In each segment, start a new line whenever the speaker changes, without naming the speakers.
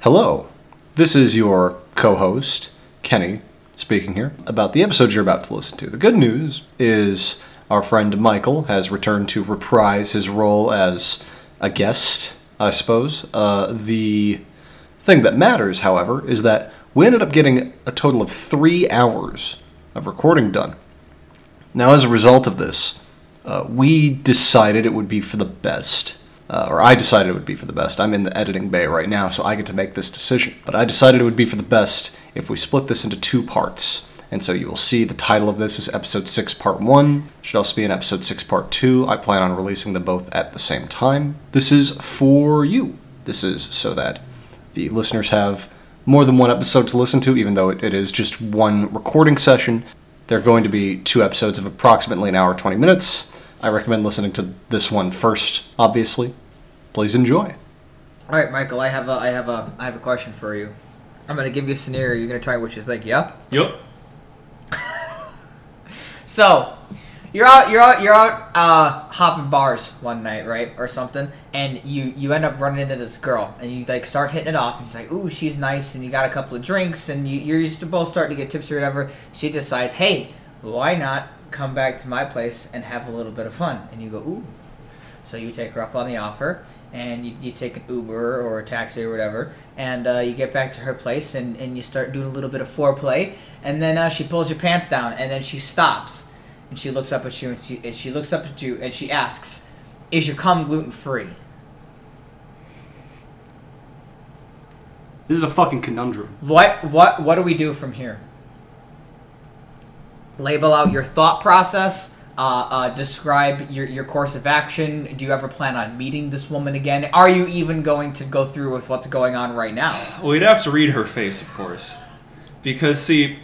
Hello, this is your co host, Kenny, speaking here about the episode you're about to listen to. The good news is our friend Michael has returned to reprise his role as a guest, I suppose. Uh, the thing that matters, however, is that we ended up getting a total of three hours of recording done. Now, as a result of this, uh, we decided it would be for the best, uh, or I decided it would be for the best. I'm in the editing bay right now, so I get to make this decision. But I decided it would be for the best if we split this into two parts. And so you will see the title of this is Episode 6, Part 1. Should also be in Episode 6, Part 2. I plan on releasing them both at the same time. This is for you. This is so that the listeners have more than one episode to listen to, even though it, it is just one recording session. There are going to be two episodes of approximately an hour 20 minutes. I recommend listening to this one first, obviously. Please enjoy.
All right, Michael, I have a, I have a, I have a question for you. I'm gonna give you a scenario. You're gonna tell me what you think. Yeah.
Yep.
So, you're out, you're out, you're out uh, hopping bars one night, right, or something, and you you end up running into this girl, and you like start hitting it off, and she's like, ooh, she's nice, and you got a couple of drinks, and you, you're just both starting to get tipsy or whatever. She decides, hey, why not come back to my place and have a little bit of fun? And you go, ooh, So you take her up on the offer, and you, you take an Uber or a taxi or whatever, and uh, you get back to her place, and, and you start doing a little bit of foreplay, and then uh, she pulls your pants down, and then she stops, and she looks up at you, and she, and she looks up at you, and she asks, "Is your cum gluten free?"
This is a fucking conundrum.
What what what do we do from here? Label out your thought process. Uh, uh, describe your, your course of action. Do you ever plan on meeting this woman again? Are you even going to go through with what's going on right now?
Well, you'd have to read her face, of course. Because, see,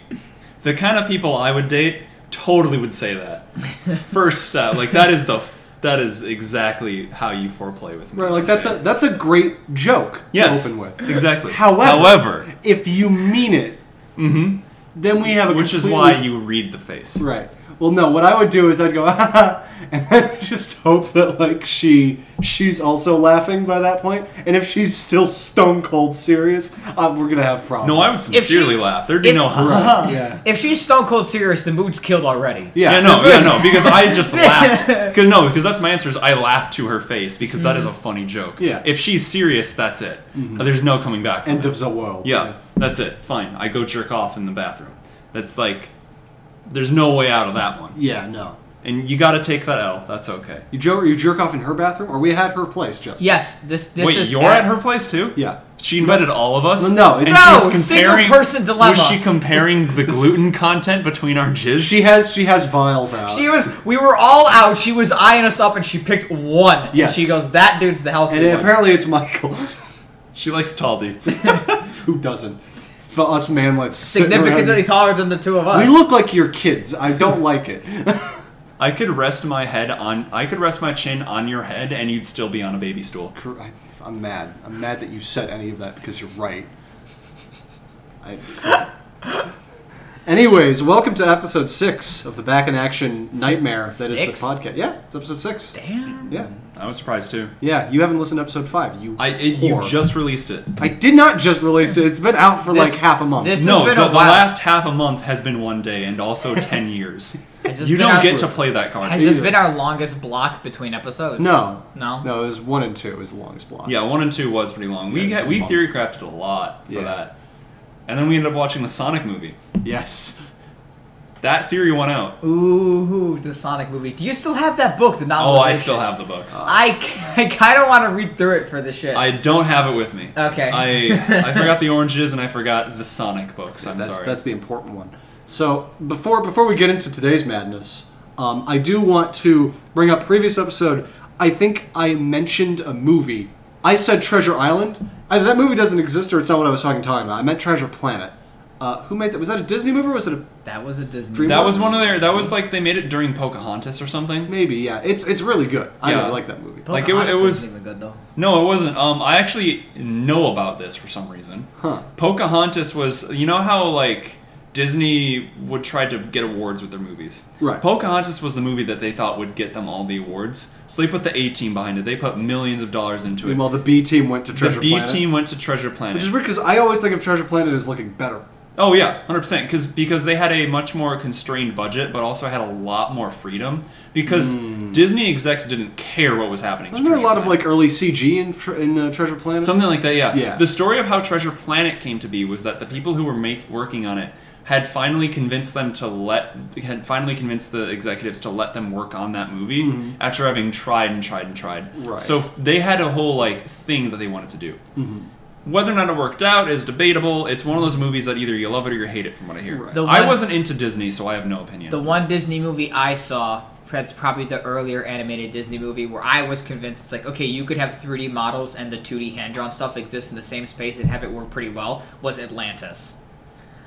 the kind of people I would date totally would say that. First step. Like, that is the. That is exactly how you foreplay with me.
Right, like that's a that's a great joke
Yes.
to open with.
Exactly.
However,
However, Mm-hmm.
if you mean it, then we have a
which is
completely-
why you read the face.
right. Well, no, what I would do is I'd go and then just hope that like she she's also laughing by that point, and if she's still stone cold serious, uh, we're gonna have problems.
No, I would
If she-
sincerely laugh. There'd be
if-
no ha.
Right, yeah.
If she's stone cold serious, the mood's killed already.
Yeah.
Yeah, no, yeah, no, because I just laughed. Cause, no, because that's my answer is I laughed to her face because that is a funny joke.
Mm-hmm. Yeah. Mm-hmm.
If she's serious, that's it. There's no coming back. from
End
it.
of the world.
Yeah, that's it. Fine. I go jerk off in the bathroom. That's like, there's no way out of that one.
Yeah. No.
And you gotta take that L. That's okay.
You jerk. You jerk off in her bathroom, or we had her place, just.
Yes. This this
Wait,
is.
you're at her place too?
Yeah.
She invited all of us?
No, it's-
And
No,
she's
single
comparing-
person dilemma.
Was she comparing the gluten content between our jizz?
She has she has vials out.
She was. We were all out. She was eyeing us up, and she picked one. And
Yes.
she goes, "That dude's the healthy
and
one."
apparently it's Michael.
She likes tall dudes.
Who doesn't? For us manlets. sitting around-
Significantly taller than the two of us.
We look like your kids. I don't like it.
I could rest my head on. I could rest my chin on your head, and you'd still be on a baby stool.
I, am mad. I'm mad that you said any of that because you're right. I, anyways, welcome to episode six of the Back in Action Nightmare that is
Six?
the podcast. Yeah, it's episode six.
Damn.
Yeah,
I was surprised too.
yeah. You haven't listened to episode five. You.
I it, you
whore.
just released it.
I did not just release it. It's been out for
This-
like half a month.
this- has
no,
been
the,
a
the
while.
last half a month has been one day, and also ten years.
Has this
You
been
don't
our-
get to play that card.
Has this
Either.
been our longest block between episodes?
no.
No?
No. It was one and two. It was the longest block.
Yeah, one and two was pretty long. We
Yeah,
got,
it's
we
a month.
theory crafted a lot for
Yeah.
that, and then we ended up watching the Sonic movie.
Yes.
That theory went out.
Oh, Ooh, the Sonic movie. Do you still have that book? The novelization.
Oh, I still have the books.
I, kind of want to read through it for the shit.
I don't have it with me.
Okay.
I I forgot the oranges and I forgot the Sonic books. I'm
that's,
sorry.
That's the important one. So before before we get into today's madness, um, I do want to bring up previous episode. I think I mentioned a movie. I said Treasure Island. Either that movie doesn't exist, or it's not what I was talking talking about. I meant Treasure Planet. Uh, who made that? Was that a Disney movie? or Was it a
that was a Disney.
Dream-
that was one of their. That was like they made it during Pocahontas or something.
maybe? Yeah, it's it's really good. I
Yeah.
really like that movie.
Like, it wa- it
Pocahontas
was-
even good though.
No, it wasn't. Um, I actually know about this for some reason.
Huh.
Pocahontas was. You know how like Disney would try to get awards with their movies.
Right.
Pocahontas was the movie that they thought would get them all the awards. So they put the A team behind it. They put millions of dollars into it.
Meanwhile, the B team went to Treasure
the B
Planet.
team went to Treasure Planet.
Which is weird because I always think of Treasure Planet as looking better.
Oh yeah, hundred percent. Because because they had a much more constrained budget, but also had a lot more freedom. Because Disney execs didn't care what was happening. to
Hmm. Wasn't there a
Treasure
lot of
Planet.
like early CG in, Tre- in uh, Treasure Planet?
something like that? Yeah.
Yeah.
The story of how Treasure Planet came to be was that the people who were make, working on it had finally convinced them to let had finally convinced the executives to let them work on that movie after having tried and tried and tried.
Mm-hmm. Right.
So f- they had a whole like thing that they wanted to do.
Mm-hmm.
Whether or not it worked out is debatable. It's one of those movies that either you love it or you hate it, from what I hear.
Right.
The
I
one-
wasn't into Disney, so I have no opinion.
The one Disney movie I saw, that's probably the earlier animated Disney movie, where I was convinced it's like, okay, you could have 3D models and the 2D hand drawn stuff exist in the same space and have it work pretty well, was Atlantis.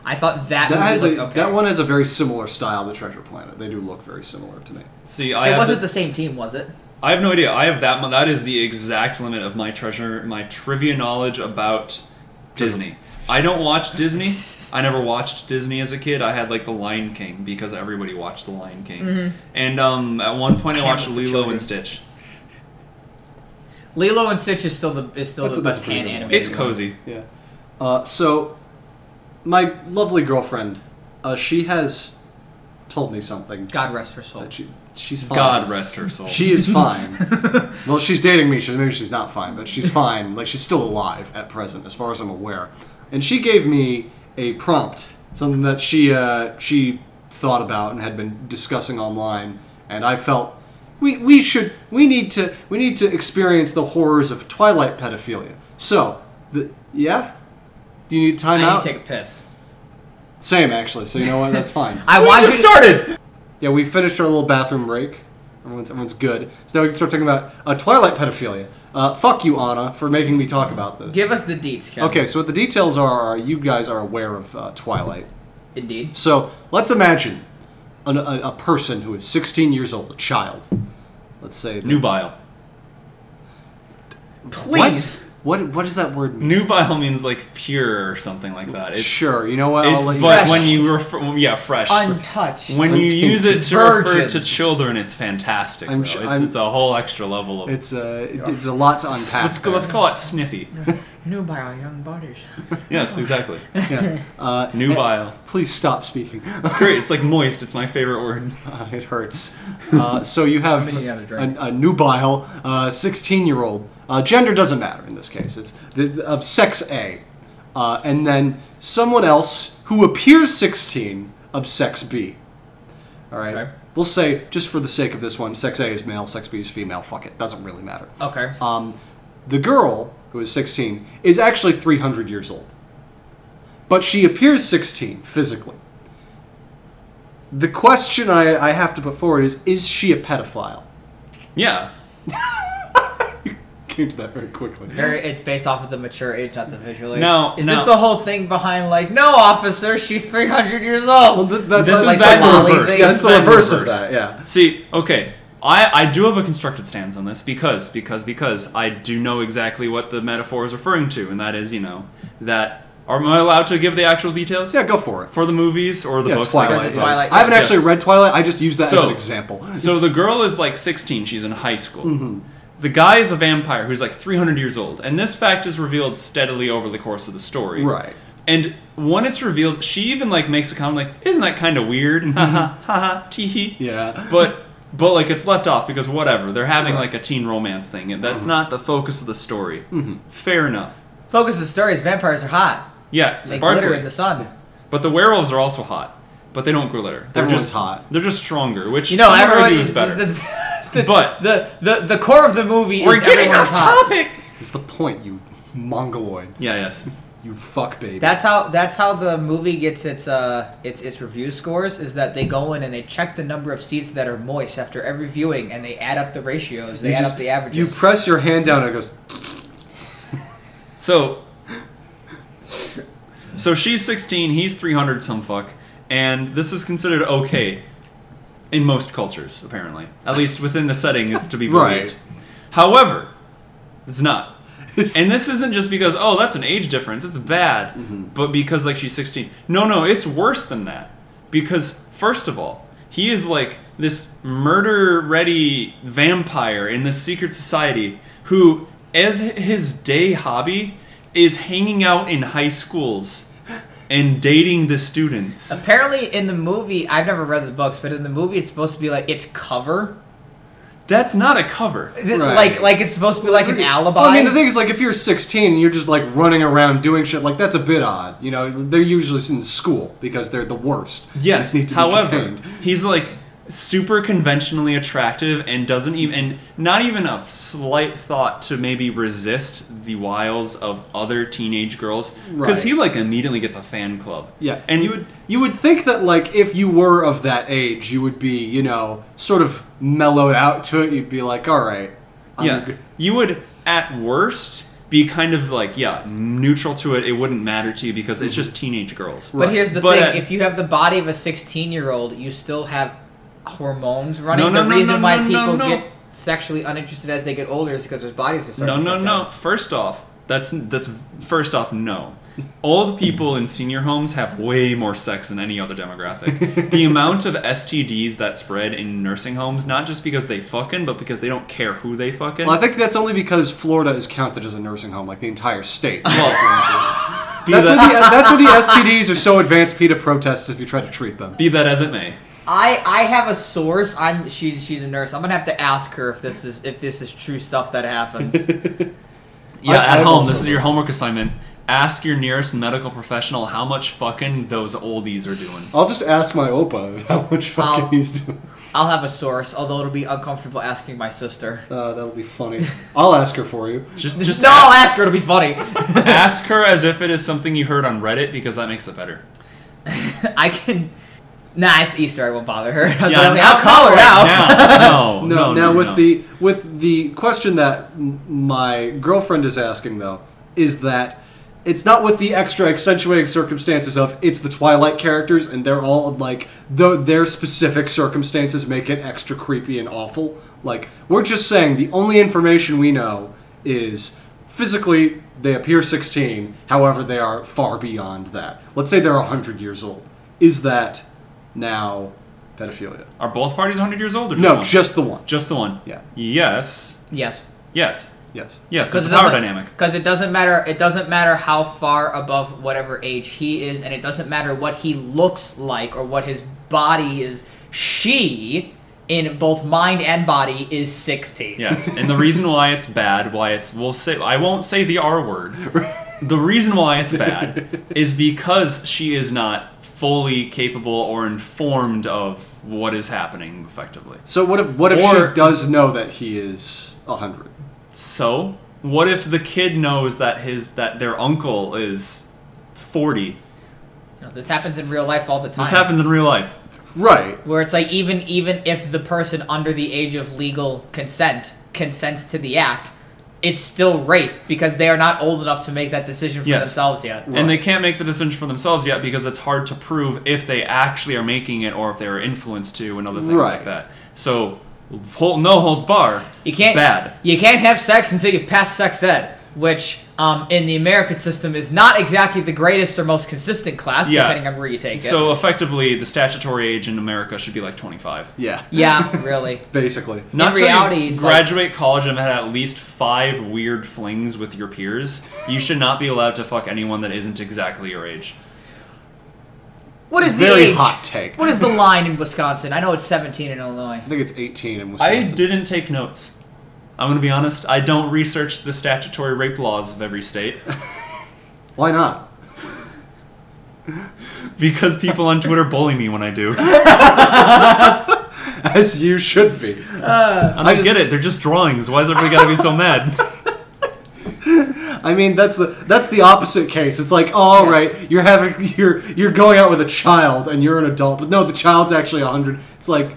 I thought that,
that
movie
has
looked
a,
okay.
that one has a very similar style to Treasure Planet. They do look very similar to me.
See, I
It
have,
wasn't
this-
the same team, was it?
I have no idea. I have that. mu- That is the exact limit of my treasure, my trivia knowledge about Disney. I don't watch Disney. I never watched Disney as a kid. I had like The Lion King because everybody watched The Lion King, and um, at one point I
Hamlet
watched
for
Lilo
children.
and Stitch.
Lilo and Stitch is still the is still
That's-
the
that's
best
pretty
hand
good.
animated.
It's
one.
cozy.
Yeah. Uh, so, my lovely girlfriend, uh, she has told me something.
God rest her soul.
That she, she's fine.
God rest her soul.
Um, She is fine. well, she's dating me. She, maybe she's not fine, but she's fine. Like she's still alive at present, as far as I'm aware. And she gave me a prompt, something that she uh, she thought about and had been discussing online, and I felt we, we should we need to we need to experience the horrors of Twilight pedophilia. So, the, yeah. Do you need time
I need
out?
to take a piss.
Same actually. So you know what? That's fine.
I want you to-
started.
Yeah, we finished our little bathroom break. Everyone's, everyone's good. So now we can start talking about uh, Twilight pedophilia. Uh, fuck you, Anna, for making me talk about this.
Give us the deets, Kevin.
Okay, so what the details are, are you guys are aware of uh, Twilight.
Indeed.
So let's imagine an, a, a person who is 16 years old, a child. Let's say.
Nubile.
Please.
What, what, what does that word mean?
Nubile means like pure or something like that. It's,
sure, you know what?
It's
let you-
but
Fresh.
when you refer, well, yeah, fresh.
Untouched.
When you
Virgin.
use it to refer
Virgin.
to children, it's fantastic.
I'm
bro.
su-
it's,
I'm-
it's a whole extra level of.
It's, uh, it- it's a lot to unpack.
let's go,
there.
let's call it sniffy.
New by our young butters.
yes, exactly.
Yeah. Uh,
Nubile.
please stop speaking.
It's great. It's like moist. It's my favorite word.
Uh, it hurts. Uh, so you have
gonna need another drink.
a, a nubile uh, 16-year-old. Uh, gender doesn't matter in this case. It's the, the- of sex A, uh, and then someone else who appears 16 of sex B. All right.
Okay.
We'll say just for the sake of this one, sex A is male, sex B is female. Fuck it, doesn't really matter.
Okay.
Um, the girl who is 16 is actually 300 years old, but she appears 16 physically. The question I, I have to put forward is: Is she a pedophile?
Yeah.
Came to that very quickly.
Very, it's based off of the mature age, not the visual age.
No,
is
no.
this the whole thing behind like, no, officer, she's three hundred years old?
Well, th- that's
This
like
is
the
that
lolly
reverse.
thing.
This
That's
is
the
that
reverse of
reverse.
that. Yeah.
See, okay. I, I do have a constructed stance on this because because because I do know exactly what the metaphor is referring to, and that is you know that are am I allowed to give the actual details?
Yeah. Go for it.
For the movies or the
yeah.
books?
Twilight.
Because of
yeah.
Twilight,
I haven't
yeah.
actually
Yes.
read Twilight. I just use that as
So-
an example.
So the girl is like 16. She's in high school.
Mm-hmm.
The guy is a vampire who's like 300 years old. And this fact is revealed steadily over the course of the story.
Right.
And when it's revealed, she even like makes a comment like, "Isn't that kind of weird?" Haha, haha, tee hee.
Mm-hmm. Yeah.
But but like it's left off because whatever they're having like a teen romance thing, and
Mm-hmm.
that's not the focus of the story. Fair enough.
Focus of the story is vampires are hot.
Yeah,
They
sparkly.
glitter in the sun.
But the werewolves are also hot, but they don't glitter. They're
Everyone's
just
hot.
They're just stronger, which
You know,
some
everyone
argue is better.
The, the,
But-
the, the the core of the movie is everyone is hot.
it's the point, you mongoloid.
Yeah, yes.
You fuck baby.
That's how that's how the movie gets its uh its its review scores is that they go in and they check the number of seats that are moist after every viewing and they add up the ratios, they
you
add
just-
up the averages.
You press your hand down and it goes.
So, so she's 16, he's 300 some fuck, and this is considered okay in most cultures, apparently. At least within the setting it's to be believed.
Right.
However, it's not.
is.
And this isn't just because oh that's an age difference, it's bad, but because like she's 16. No, no, it's worse than that. Because first of all, he is like this murder-ready vampire in this secret society who as his day hobby is hanging out in high schools and dating the students.
Apparently, in the movie, I've never read the books, but in the movie, it's supposed to be like it's cover,
That's not a cover.
Th-
Right.
like like it's supposed to be like an alibi.
Well, I mean, the thing is, like, if you're 16 and you're just like running around doing shit, like that's a bit odd. You know, they're usually in school because they're the worst.
Yes.
They need to be
However,
contained.
he's like super conventionally attractive and doesn't even and not even a slight thought to maybe resist the wiles of other teenage girls because
Right.
he like immediately gets a fan club.
Yeah,
And
and you would you would think that like if you were of that age, you would be you know sort of mellowed out to it. You'd be like, all right, I'm
yeah,
good."
you would at worst be kind of like yeah neutral to it. It wouldn't matter to you because
Mm-hmm.
it's just teenage girls.
but here's the
But,
thing:
uh,
if you have the body of a 16 year old, you still have hormones running.
No, no,
the
no,
reason
no,
why
no, no,
people
no.
get sexually uninterested as they get older is because their bodies are
No,
starting. to
no,
shut
no.
down.
First off, that's that's first off, no. All the people in senior homes have way more sex than any other demographic. the amount of STDs that spread in nursing homes, not just because they fucking, but because they don't care who they fucking.
Well, I think that's only because Florida is counted as a nursing home, like the entire state.
Well, be,
That's where,
that,
the, that's where the STDs are so advanced. PETA protests if you try to treat them.
be that as it may.
I I have a source. I'm she's she's a nurse. I'm gonna have to ask her if this is if this is true stuff that happens.
Yeah,
I-
at
I've
home,
also-
this is your homework assignment. Ask your nearest medical professional how much fucking those oldies are doing.
I'll just ask my opa how much fucking
I'll-
he's doing.
I'll have a source, although it'll be uncomfortable asking my sister.
Uh, that'll be funny. I'll ask her for you.
Just, just
no, I'll
ask,
ask her. It'll be funny.
ask her as if it is something you heard on Reddit because that makes it better.
I can. Nah, it's Easter. I won't bother her. I was
Yeah,
gonna say,
not-
I'll call her
not
out.
right now. No,
No,
no,
now
no,
with
no.
the with the question that m- my girlfriend is asking though is that it's not with the extra accentuating circumstances of it's the Twilight characters and they're all like though their specific circumstances make it extra creepy and awful. Like we're just saying the only information we know is physically they appear 16, however they are far beyond that. Let's say they're 100 years old. Is that now pedophilia?
Are both parties 100 years old or just
No,
one?
just the one.
Just the one?
Yeah.
Yes.
Yes,
Yes.
Yes.
Yes,
because
there's a power dynamic.
Because it doesn't matter. It doesn't matter how far above whatever age he is, and it doesn't matter what he looks like or what his body is. She, in both mind and body, is sixteen.
Yes. and the reason why it's bad, why it's we'll say I won't say the R word. the reason why it's bad is because she is not fully capable or informed of what is happening effectively.
So what if what if
Or-
she does know that he is hundred?
So, what if the kid knows that his that their uncle is 40?
No, this happens in real life all the time.
This happens in real life.
Right.
where it's like even even if the person under the age of legal consent consents to the act, it's still rape because they are not old enough to make that decision for
Yes.
themselves yet.
And they can't make the decision for themselves yet because it's hard to prove if they actually are making it or if they were influenced to and other things like
Right.
that. So, hold, no holds bar.
You can't
Bad.
You can't have sex until you've passed sex ed, which um, in the American system is not exactly the greatest or most consistent class,
Yeah.
depending on where you take it.
So effectively, the statutory age in America should be like 25.
Yeah.
Yeah, really.
Basically.
Not till
reality,
you
it's like-
graduate college and have had at least five weird flings with your peers. You should not be allowed to fuck anyone that isn't exactly your age.
What is
Very
the age?
hot take.
What is the line in Wisconsin? I know it's 17 in Illinois.
I think it's eighteen in
I
Wisconsin.
didn't take notes. I'm gonna be honest. I don't research the statutory rape laws of every state.
Why not?
Because people on Twitter bully me when I do.
As you should be.
I don't get it. They're just drawings. Why is everybody gotta be so mad?
I mean that's the that's the opposite case. It's like, oh, all right, you're having you're you're going out with a child and you're an adult, but no, the child's actually hundred. It's like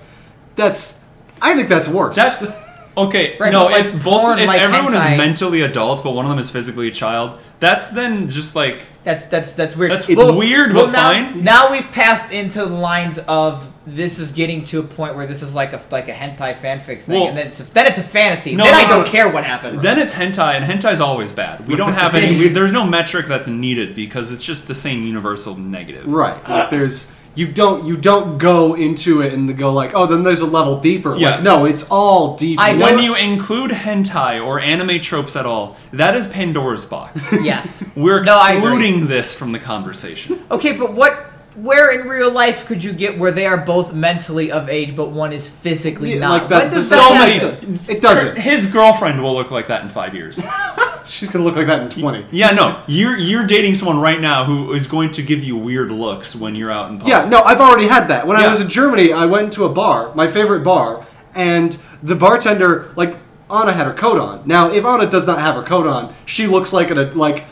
that's I think that's worse.
That's Okay,
Right,
no,
but, like,
if both
porn,
if
like,
everyone
hentai-
is mentally adult but one of them is physically a child, that's then just like
That's that's that's weird.
That's- it's weird, but
now,
fine.
Now we've passed into the lines of this is getting to a point where this is like a like a hentai fanfic thing,
Well-
and then it's a, then it's a fantasy.
No,
then
no,
I don't
no.
care what happens.
then it's hentai and hentai's always bad. We don't have any we, there's no metric that's needed because it's just the same universal negative.
Right. Like there's you don't you don't go into it and go like, oh, then there's a level deeper.
Yeah.
Like, no, it's all deeper.
I
When
don't-
you include hentai or anime tropes at all, that is Pandora's box.
yes,
We're
No, I agree.
excluding this from the conversation.
Okay, but what? Where in real life could you get where they are both mentally of age, but one is physically
Yeah,
not?
like, that's
When does
the-
that
so
happen?
many.
It doesn't.
His girlfriend will look like that in five years.
She's gonna look like that in twenty.
Yeah, no, you're you're dating someone right now who is going to give you weird looks when you're out in public.
Yeah, no, I've already had that. When I
Yeah.
was in Germany, I went into a bar, my favorite bar, and the bartender, like, Anna had her coat on. Now, if Anna does not have her coat on, she looks like an like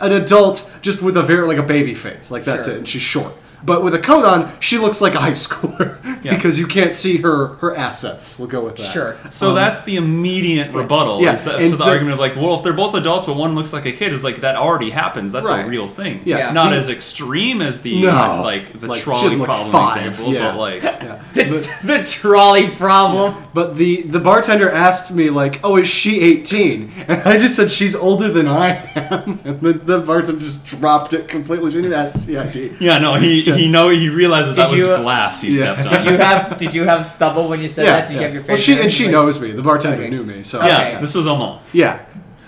an adult just with a very like a baby face. Like that's
Sure.
it, and she's short. But with a coat on, she looks like a high schooler
Yeah.
because you can't see her her assets. We'll go with that.
Sure.
So that's the immediate rebuttal.
um, Yeah,
Is that,
and
so the,
the-
argument of like, well, if they're both adults but one looks like a kid is like that already happens. That's
Right.
a real thing.
Yeah. Yeah.
Not
The-
as extreme as the
No.
like the
Like, she
trolley
doesn't look
problem
five,
example,
yeah.
but like
Yeah. But-
the, the trolley problem.
But the the bartender asked me like, "Oh, is she 18?" And I just said she's older than I am. And the, the bartender just dropped it completely. She didn't ask CID.
yeah, no, he he know he realizes that
Did
was
you, uh,
glass he
Yeah.
stepped on.
Did you have Did you have stubble when you said that? Did you have your face?
well, she and
covered?
she
Like-
knows me. The bartender
Okay.
knew me, so
yeah,
Okay.
this was Amal.
yeah.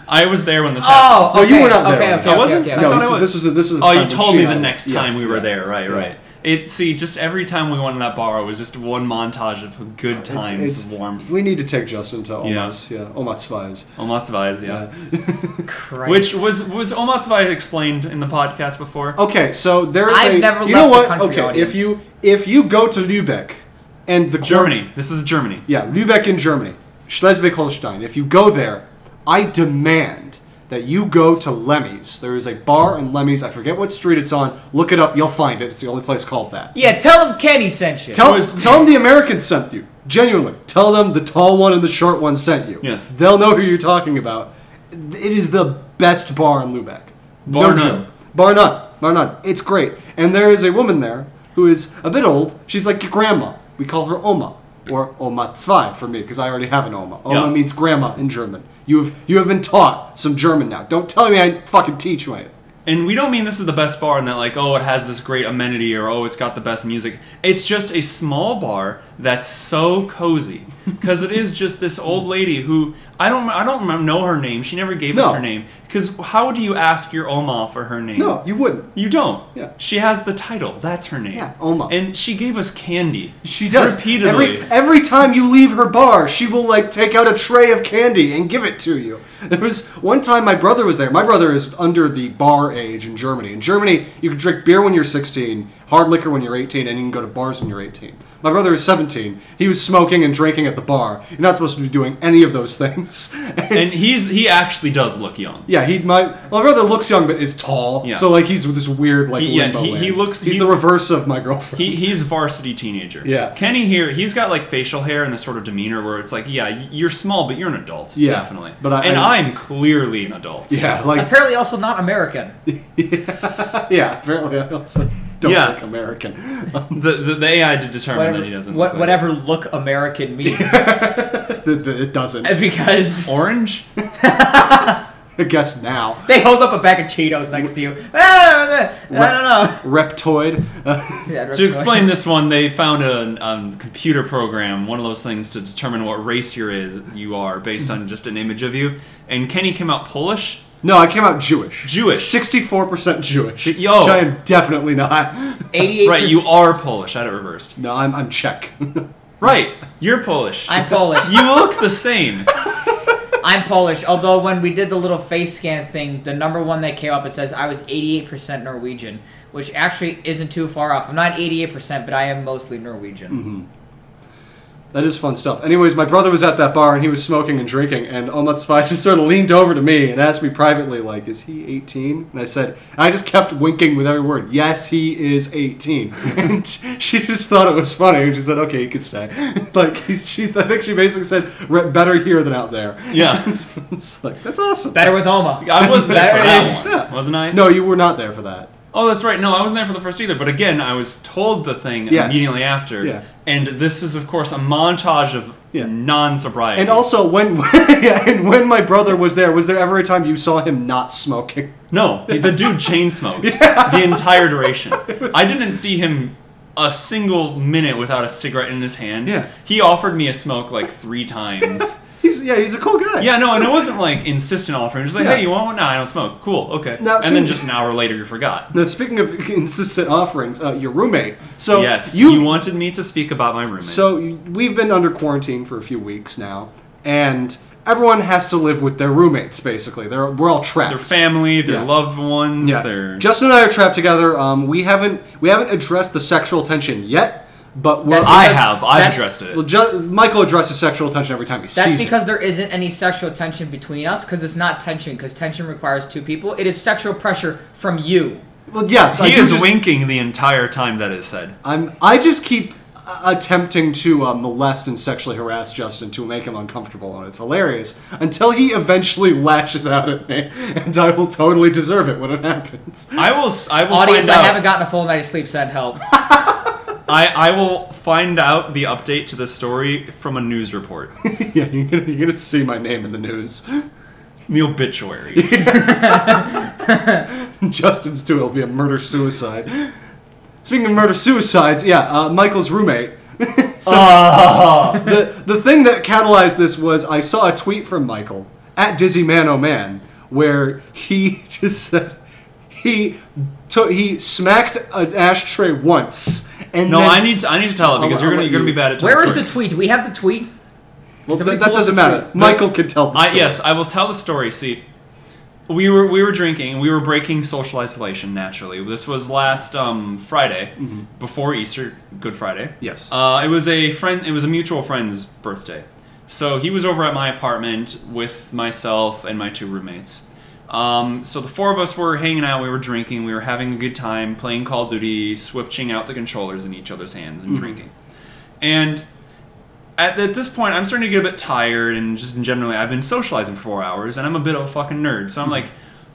I was there when this happened.
Oh,
So
okay,
you were not there.
Okay,
I
okay, okay,
wasn't?
okay,
I
no,
thought
this,
I was.
this was a, this was. a
Oh,
time
you
when
told
she
me the
had-
next time
yes,
we were
yeah.
there, right?
Yeah.
Right. It see, just every time we went to that bar it was just one montage of good
It's-
times,
it's-
warmth,
We need to take Justin to
Yeah.
Omat's. Yeah, Omat's spies.
omatsubais, yeah.
Christ.
Which was was Omatsubaya explained in the podcast before?
Okay, so there is
I've
a.
never left
you know
the
what?
country
okay,
audience.
if you if you go to Lübeck, and the
Germany. This is Germany.
Yeah, Lübeck in Germany, Schleswig Holstein. If you go there, I demand that you go to Lemmy's. There is a bar in Lemmy's. I forget what street it's on. Look it up. You'll find it. It's the only place called that.
Yeah, tell him Kenny sent you.
Tell,
It was-
tell them the Americans sent you. Genuinely. Tell them the tall one and the short one sent you.
Yes.
They'll know who you're talking about. It is the best bar in Lubeck.
Bar none.
Bar none. Bar none. It's great. And there is a woman there who is a bit old. She's like your grandma. We call her Oma. Or Oma zwei for me, because I already have an Oma. Oma
Yeah.
means grandma in German. You have you have been taught some German now. Don't tell me I fucking teach you anything.
And we don't mean this is the best bar and that like, oh, it has this great amenity or oh, it's got the best music. It's just a small bar that's so cozy because it is just this old lady who I don't I don't remem- know her name. She never gave
No.
us her name because how do you ask your Oma for her name?
No, you wouldn't.
You don't.
Yeah.
She has the title. That's her name.
Yeah, Oma.
And she gave us candy.
She does
repeatedly.
Every, every time you leave her bar, she will like take out a tray of candy and give it to you. There was one time my brother was there. My brother is under the bar age in Germany. In Germany, you can drink beer when you're 16, hard liquor when you're 18, and you can go to bars when you're 18. My brother is 17. He was smoking and drinking at the bar. You're not supposed to be doing any of those things.
and he's he actually does look young.
yeah, he might. Well, my brother looks young but is tall,
Yeah.
so like he's with this weird like
He- yeah,
limbo
he- he
land.
looks-
He's
he-
the reverse of my girlfriend.
He, he's varsity teenager.
Yeah.
Kenny here, he's got like facial hair and this sort of demeanor where it's like, yeah, you're small, but you're an adult.
Yeah.
Definitely.
But I-
and
I-
I, am clearly an adult.
yeah, like
Apparently, also not American.
Yeah, apparently I also don't
Yeah.
look American.
The, the, the AI did determine
Whatever,
that he doesn't.
what,
look like-
whatever look American means,
Th- th- it doesn't.
because
Orange?
I guess now.
they hold up a bag of Cheetos next to you. Ah, I don't know. I
Reptoid.
don't know. Yeah,
to explain this one, they found a um, computer program, one of those things to determine what race you is you are based on just an image of you. And Kenny came out Polish.
no, I came out Jewish.
Jewish.
64% Jewish.
Yo.
Which I am definitely not.
eighty-eight.
Right, you are Polish. I had it reversed.
No, I'm, I'm Czech.
Right, you're Polish.
I'm Polish.
you look the same.
I'm Polish. Although when we did the little face scan thing, the number one that came up it says I was 88% Norwegian, which
Mm-hmm.
actually isn't too far off. I'm not 88%, but I am mostly Norwegian.
That is fun stuff. Anyways, my brother was at that bar and he was smoking and drinking, and Omat Svai just sort of leaned over to me and asked me privately, like, "Is he 18?" And I said, and I just kept winking with every word. Yes, he is 18. and she just thought it was funny. And she said, "Okay, you could stay." like he- she, I think she basically said, "We're "Better here than out there."
Yeah.
it's like that's awesome.
Better with Oma.
I was there for
Better-
that one, wasn't I?
no, you were not there for that.
Oh, that's right. No, I wasn't there for the first either. But again, I was told the thing
Yes.
immediately after.
Yeah.
And this is, of course, a montage of
Yeah.
non-sobriety.
And also, when yeah, and when my brother was there, was there ever a time you saw him not smoking?
no, the dude chain smoked the entire duration. I didn't see him a single minute without a cigarette in his hand.
Yeah.
He offered me a smoke like three times.
He's yeah, he's a cool guy.
Yeah, no, and it wasn't like insistent offering. Just like,
Yeah.
hey, you want one? No, I don't smoke. Cool, okay.
Now,
and then
so-
just an hour later, you forgot.
Now, speaking of insistent offerings, uh, your roommate. So
yes,
you,
you, wanted me to speak about my roommate.
so you- we've been under quarantine for a few weeks now, and everyone has to live with their roommates. Basically, they're we're all trapped.
their family, their
Yeah.
loved ones,
yeah,
their
Justin and I are trapped together. Um, we haven't we haven't addressed the sexual tension yet, but we're
That's
I
because
have. I've
that's-
addressed it.
well, Ju- Michael addresses sexual tension every time he
That's
sees it.
because there isn't any sexual tension between us, because it's not tension, because tension requires two people. It is sexual pressure from you.
Well, yes, I
he
do
is
just-
winking the entire time that is said.
I'm. I just keep uh, attempting to uh, molest and sexually harass Justin to make him uncomfortable, and it's hilarious until he eventually lashes out at me, and I will totally deserve it when it happens.
I will. s- Oh, I will
Audience,
find
I
out.
haven't gotten a full night of sleep, send help.
I, I will find out the update to the story from a news report.
yeah, you're gonna, you're gonna see my name in the news.
the obituary.
Justin's too. It'll be a murder suicide. Speaking of murder suicides, yeah, uh, Michael's roommate. So-
Uh.
the the thing that catalyzed this was I saw a tweet from Michael at Dizzy Man Oh Man where he just said he took he smacked an ashtray once and
No,
then,
I need to, I need to tell it because
I'll-
you're
I'll
gonna
let
you're gonna
you-
be bad at telling
Where is the
stories.
tweet? Do we have the tweet?
well,
somebody
that,
pull
that
up
doesn't
the
matter.
tweet.
Michael can tell the
I,
story.
yes, I will tell the story. See, we were we were drinking. We were breaking social isolation naturally. This was last um, Friday before Easter, Good Friday.
Mm-hmm. Yes.
Uh, it was a friend. It was a mutual friend's birthday, so he was over at my apartment with myself and my two roommates. Um, so the four of us were hanging out. We were drinking. We were having a good time playing Call of Duty, switching out the controllers in each other's hands
Mm-hmm.
and drinking. And at, at this point, I'm starting to get a bit tired, and just generally, I've been socializing for four hours, and I'm a bit of a fucking nerd. So I'm like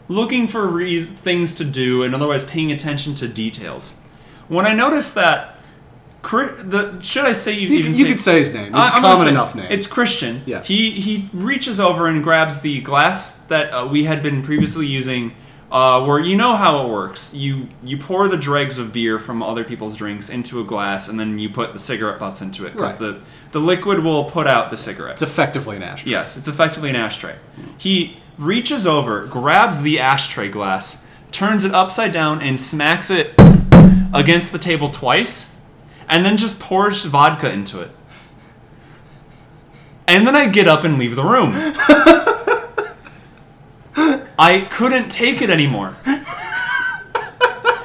looking for reas things to do, and otherwise paying attention to details. When I noticed that, Chri- the should I say you,
you,
even
can- you can say his name. It's
I- I'm
a
gonna
common
say-
enough name.
It's Christian.
Yeah.
He he reaches over and grabs the glass that uh, we had been previously using. Uh, where you know how it works. You you pour the dregs of beer from other people's drinks into a glass, and then you put the cigarette butts into it because
Right.
the the liquid will put out the cigarettes.
it's effectively an ashtray.
Yes, it's effectively an ashtray. He reaches over, grabs the ashtray glass, turns it upside down, and smacks it against the table twice, and then just pours vodka into it. And then I get up and leave the room. I couldn't take it anymore.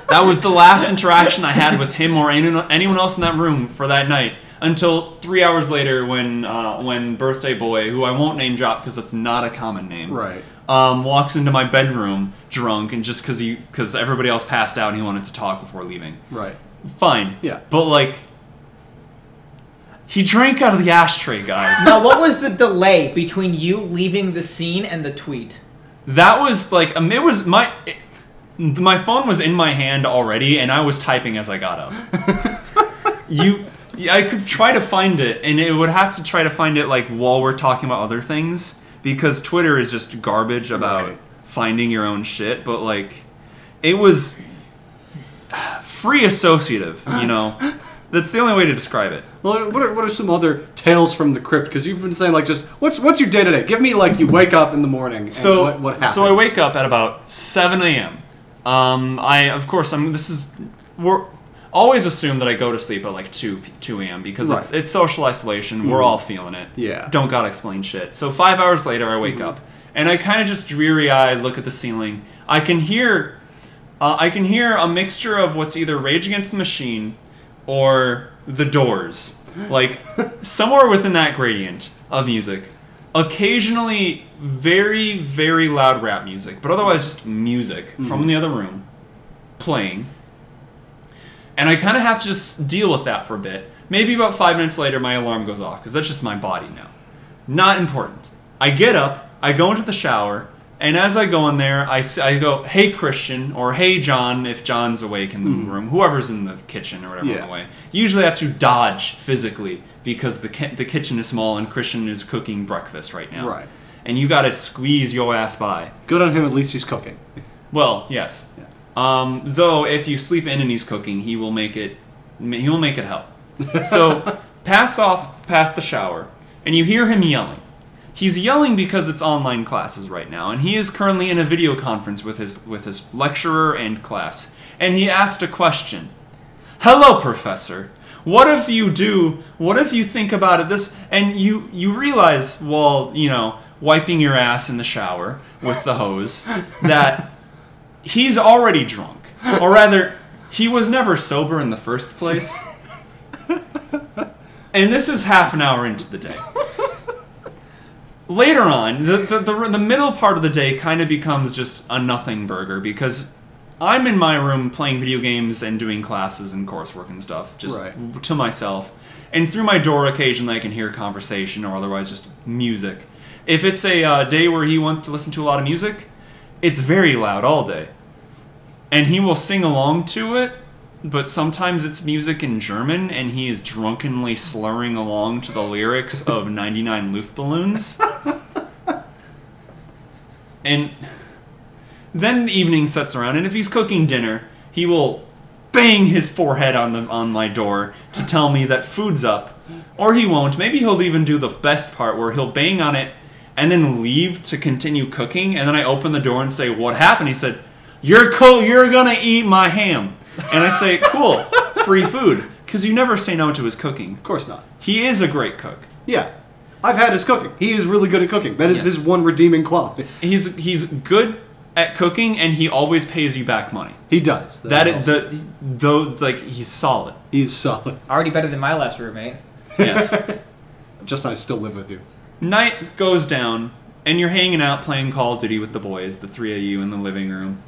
That was the last interaction I had with him or any, anyone else in that room for that night. Until three hours later, when uh, when birthday boy, who I won't name drop because it's not a common name,
Right.
um, walks into my bedroom drunk and just because he because everybody else passed out and he wanted to talk before leaving.
Right.
Fine.
Yeah.
But like, he drank out of the ashtray, guys.
Now, what was the delay between you leaving the scene and the tweet?
That was like um, it was my it- my phone was in my hand already, and I was typing as I got up. you, yeah, I could try to find it, and it would have to try to find it like while we're talking about other things because Twitter is just garbage about
Right.
finding your own shit. But like, it was free associative, you know. That's the only way to describe it.
Well, what are, what are some other tales from the crypt? Because you've been saying like just what's what's your day today? Give me like you wake up in the morning. And
So
what, what happens?
So I wake up at about seven a.m. Um, I of course I'm. This is we're always assume that I go to sleep at like two p- two a.m. because it's
Right. Mm-hmm.
it's social isolation. We're all feeling it.
Yeah.
Don't gotta explain shit. So five hours later, I wake up and I kind of just dreary eyed look at the ceiling. I can hear. Uh, I can hear a mixture of what's either Rage Against the Machine or The Doors like somewhere within that gradient of music. Occasionally, very very loud rap music, but otherwise just music from the other room playing. And I kind of have to just deal with that for a bit. Maybe about five minutes later, my alarm goes off because that's just my body now. Not important. I get up, I go into the shower, and as I go in there, I, s- I go, hey, Christian, or hey, John, if John's awake in the room, whoever's in the kitchen or whatever
Hmm. Yeah.
on the way. Usually I have to dodge physically because the, ki- the kitchen is small and Christian is cooking breakfast right now.
Right.
And you gotta squeeze your ass by.
Good on him. At least he's cooking.
Well, yes.
Yeah.
Um, though if you sleep in and he's cooking, he will make it. ma- He will make it help. So pass off past the shower, and you hear him yelling. He's yelling because it's online classes right now, and he is currently in a video conference with his with his lecturer and class. And he asked a question. Hello, professor. What if you do? What if you think about it this and you you realize while, you know, wiping your ass in the shower with the hose that he's already drunk. Or rather, he was never sober in the first place. And this is half an hour into the day. Later on, the, the, the, the middle part of the day kind of becomes just a nothing burger because I'm in my room playing video games and doing classes and coursework and stuff just
Right.
w- to myself. And through my door, occasionally I can hear conversation or otherwise just music. If it's a uh, day where he wants to listen to a lot of music, it's very loud all day. And he will sing along to it, but sometimes it's music in German and he is drunkenly slurring along to the lyrics of 99 Luftballons. and then the evening sets around, and if he's cooking dinner, he will bang his forehead on the on my door to tell me that food's up, or he won't. Maybe he'll even do the best part where he'll bang on it and then leave to continue cooking, and then I open the door and say, "What happened?" He said, "You're cool. You're gonna eat my ham," and I say, "Cool, free food," because you never say no to his cooking.
Of course not.
He is a great cook.
Yeah, I've had his cooking. He is really good at cooking. That is
Yes.
his one redeeming quality.
He's he's good at cooking, and he always pays you back money.
He does.
That
is
is
awesome.
the though like he's solid.
he is solid.
Already better than my last roommate.
Yes.
Just I still live with you.
Night goes down, and you're hanging out playing Call of Duty with the boys, the three of you in the living room,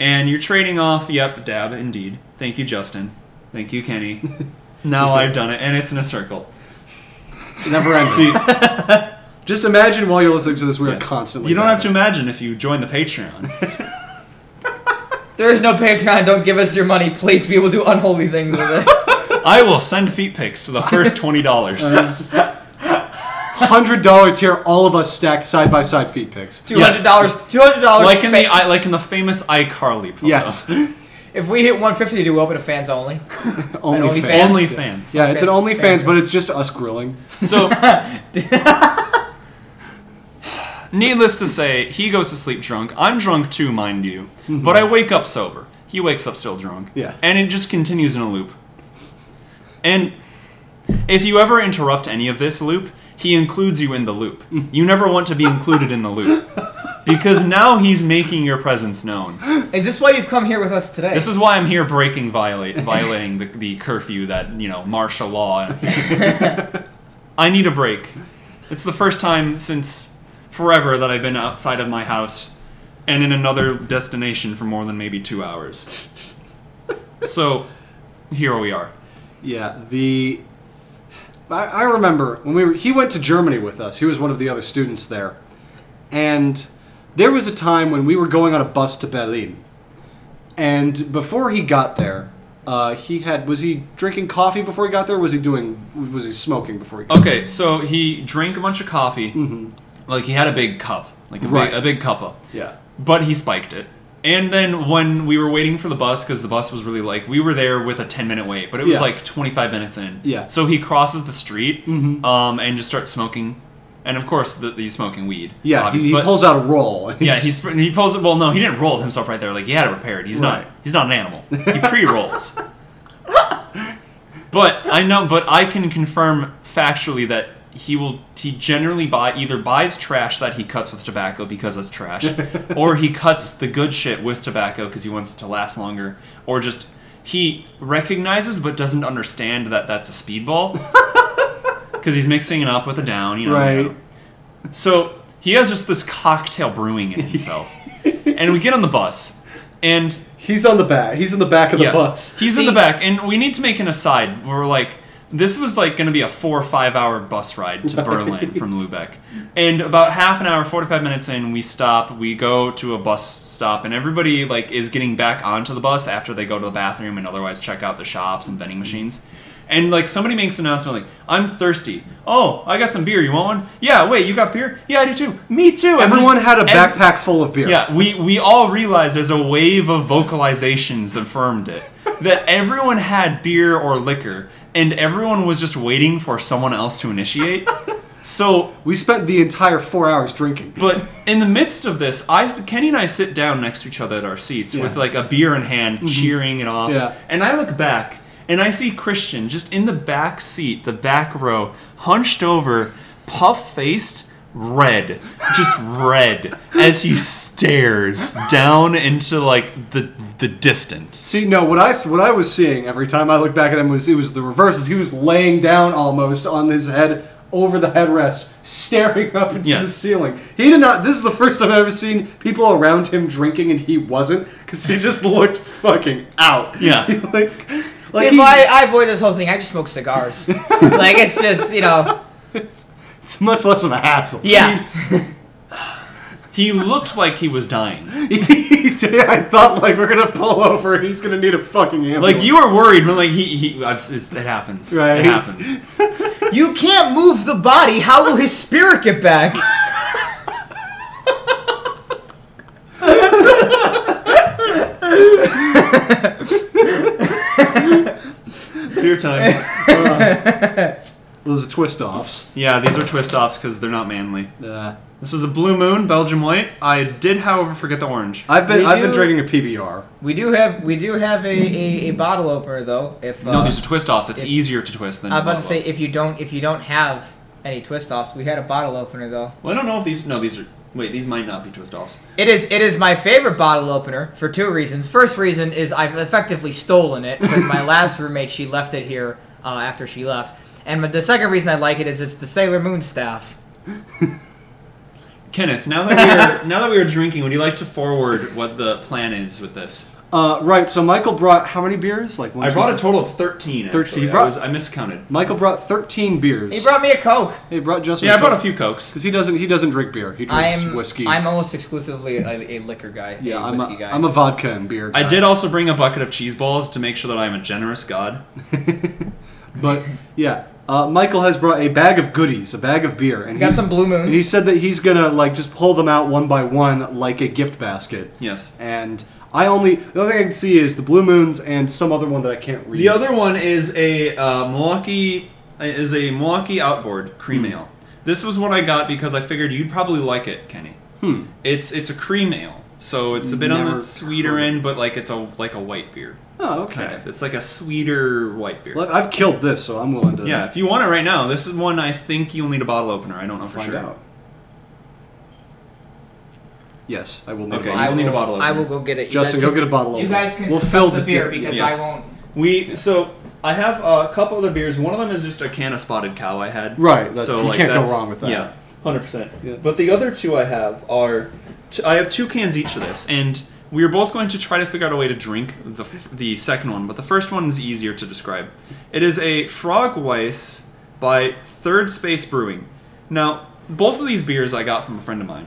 and you're trading off. Yep, dab indeed. Thank you, Justin. Thank you, Kenny. now I've done it, and it's in a circle.
It never ends. See, just imagine while you're listening to this, we are
Yes.
constantly.
You don't have to imagine if you join the Patreon.
There is no Patreon. Don't give us your money, please. People do unholy things with it.
I will send feet pics to the first twenty dollars.
Hundred dollar tier, all of us stacked side by side feet pics.
Two hundred dollars. Two hundred dollars.
Like in the I- like in the famous iCarly photo.
Yes,
if we hit one fifty, do open a fans only.
only
OnlyFans.
fans.
Only fans.
Yeah, it's an
Fan-
OnlyFans,
fan-
but it's just us grilling.
So, needless to say, he goes to sleep drunk. I'm drunk too, mind you, but I wake up sober. He wakes up still drunk.
Yeah.
And it just continues in a loop. And if you ever interrupt any of this loop, he includes you in the loop. You never want to be included in the loop. Because now he's making your presence known.
Is this why you've come here with us today?
This is why I'm here breaking violate violating the, the curfew that you know martial law. I need a break. It's the first time since forever that I've been outside of my house and in another destination for more than maybe two hours. So here we are.
Yeah, the. I, I remember when we were. He went to Germany with us. He was one of the other students there, and there was a time when we were going on a bus to Berlin, and before he got there, uh, he had was he drinking coffee before he got there? Was he doing? Was he smoking before he? got
Okay, so he drank a bunch of coffee. Like he had a big cup, like a
Right.
big, a big cuppa.
Yeah.
but he spiked it. And then when we were waiting for the bus, because the bus was really like, we were there with a 10 minute wait, but it was
Yeah.
like 25 minutes in.
Yeah. Mm-hmm.
So he crosses the street um, and just starts smoking. And of course, the, he's smoking weed.
Yeah, he,
obvious-
he
but-
pulls out a roll.
Yeah, he's, he pulls it. Well, no, he didn't roll himself right there. Like, he had it prepared. He's
Right.
not He's not an animal. He pre rolls. but I know, but I can confirm factually that. He will. He generally buy either buys trash that he cuts with tobacco because it's trash, or he cuts the good shit with tobacco because he wants it to last longer, or just he recognizes but doesn't understand that that's a speedball, because he's mixing it up with a down, you know.
Right.
you know. So he has just this cocktail brewing in himself, and we get on the bus, and
He's on the back. He's in the back of the
yeah,
bus.
he's in
See-
the back, and we need to make an aside. We're like, this was like going to be a four or five hour bus ride to Berlin from Lubeck, and about half an hour, forty five minutes in, we stop. We go to a bus stop, and everybody like is getting back onto the bus after they go to the bathroom and otherwise check out the shops and vending machines. And like somebody makes an announcement like, I'm thirsty. Oh, I got some beer. You want one? Yeah, wait, you got beer? Yeah, I do too. Me too. And
Everyone
there's-
had a
ev-
backpack full of beer.
yeah, we, we all realized as a wave of vocalizations affirmed it that everyone had beer or liquor, and everyone was just waiting for someone else to initiate. So,
We spent the entire four hours drinking.
but in the midst of this, I Kenny and I sit down next to each other at our seats with
Yeah. Mm-hmm.
like a beer in hand, cheering it off.
Yeah.
And I look back and I see Christian just in the back seat, the back row, hunched over, puff faced, red, just red, as he stares down into like the the distance.
See, no, what I s- what I was seeing every time I looked back at him was it was the reverse. is He was laying down almost on his head over the headrest, staring up into the
Yes.
ceiling. He did not. This is the first time I've ever seen people around him drinking and he wasn't because he just looked fucking out.
Yeah.
like, like
If
he-
I, I avoid this whole thing, I just smoke cigars. like it's just you know,
it's, it's much less of a hassle.
yeah.
He looked like he was dying.
I thought like we're gonna pull over and he's gonna need a fucking ambulance.
Like you were worried, but like he he I've- it's, it happens.
Right.
It happens.
You can't move the body. How will his spirit get back?
Beer time.
those are twist offs.
Yeah, these are twist offs because they're not manly.
Uh,
This is a blue moon, Belgium white. I did, however, forget the orange.
I've been
We
I've been
do-
drinking a PBR.
We do have we do have a, a, a bottle opener though. If uh,
no, these are twist offs. It's
if-
easier to twist than.
I'm about
bottle
to say
off.
if you don't if you don't have any twist offs, we had a bottle opener though.
Well, I don't know if these. No, these are. Wait, these might not be twist offs.
It is it is my favorite bottle opener for two reasons. First reason is I've effectively stolen it because my last roommate she left it here uh, after she left, and the second reason I like it is it's the Sailor Moon staff.
Kenneth, now that we're now that we are drinking, would you like to forward what the plan is with this?
Uh, right. So Michael brought how many beers? Like one,
I
two,
brought a
three-
total of thirteen. Actually.
13. You
I
brought-
was- I miscounted.
Michael brought thirteen beers.
He brought me a Coke.
He brought Justin.
Yeah, I brought a few cokes.
because he doesn't he doesn't drink beer. He drinks
I'm
whiskey.
I'm almost exclusively a, a liquor guy.
yeah,
a
I'm
whiskey
a,
guy.
I'm a vodka and beer.
I
guy.
did also bring a bucket of cheese balls to make sure that I'm a generous god.
but yeah. Uh, Michael has brought a bag of goodies, a bag of beer, and
got
he's-
some Blue Moons.
And he said that he's gonna like just pull them out one by one like a gift basket.
Yes.
And I only the only thing I can see is the blue moons and some other one that I can't read.
The other one is a uh, Milwaukee is a Milwaukee outboard cream
Hmm.
ale. This was what I got because I figured you'd probably like it, Kenny. Hmm. It's it's a cream ale, so it's a bit on
Never
the sweeter
heard of
end, but like it's a like a white beer.
Oh, okay.
Kind of. It's like a sweeter white beer.
Look, I've killed this, so I'm willing to
yeah, if you want it right now, this is one I think you'll need a bottle opener. I don't know for
find
sure.
out. Yes, I will. Okay.
Okay, you will need a
will-
bottle
I
opener.
will go get it. You
Justin,
guys
go get a bottle.
You
opener.
guys can
We'll
discuss
fill
the beer
di-
because
Yes.
I won't.
We so I have a couple other beers. One of them is just a can of Spotted Cow I had.
Right, that's- you can't go wrong with that.
Yeah, hundred percent.
Yeah.
But the other two I have are, t- I have two cans each of this, and we are both going to try to figure out a way to drink the f- the second one. But the first one is easier to describe. It is a Frog Weiss by Third Space Brewing. Now, both of these beers I got from a friend of mine.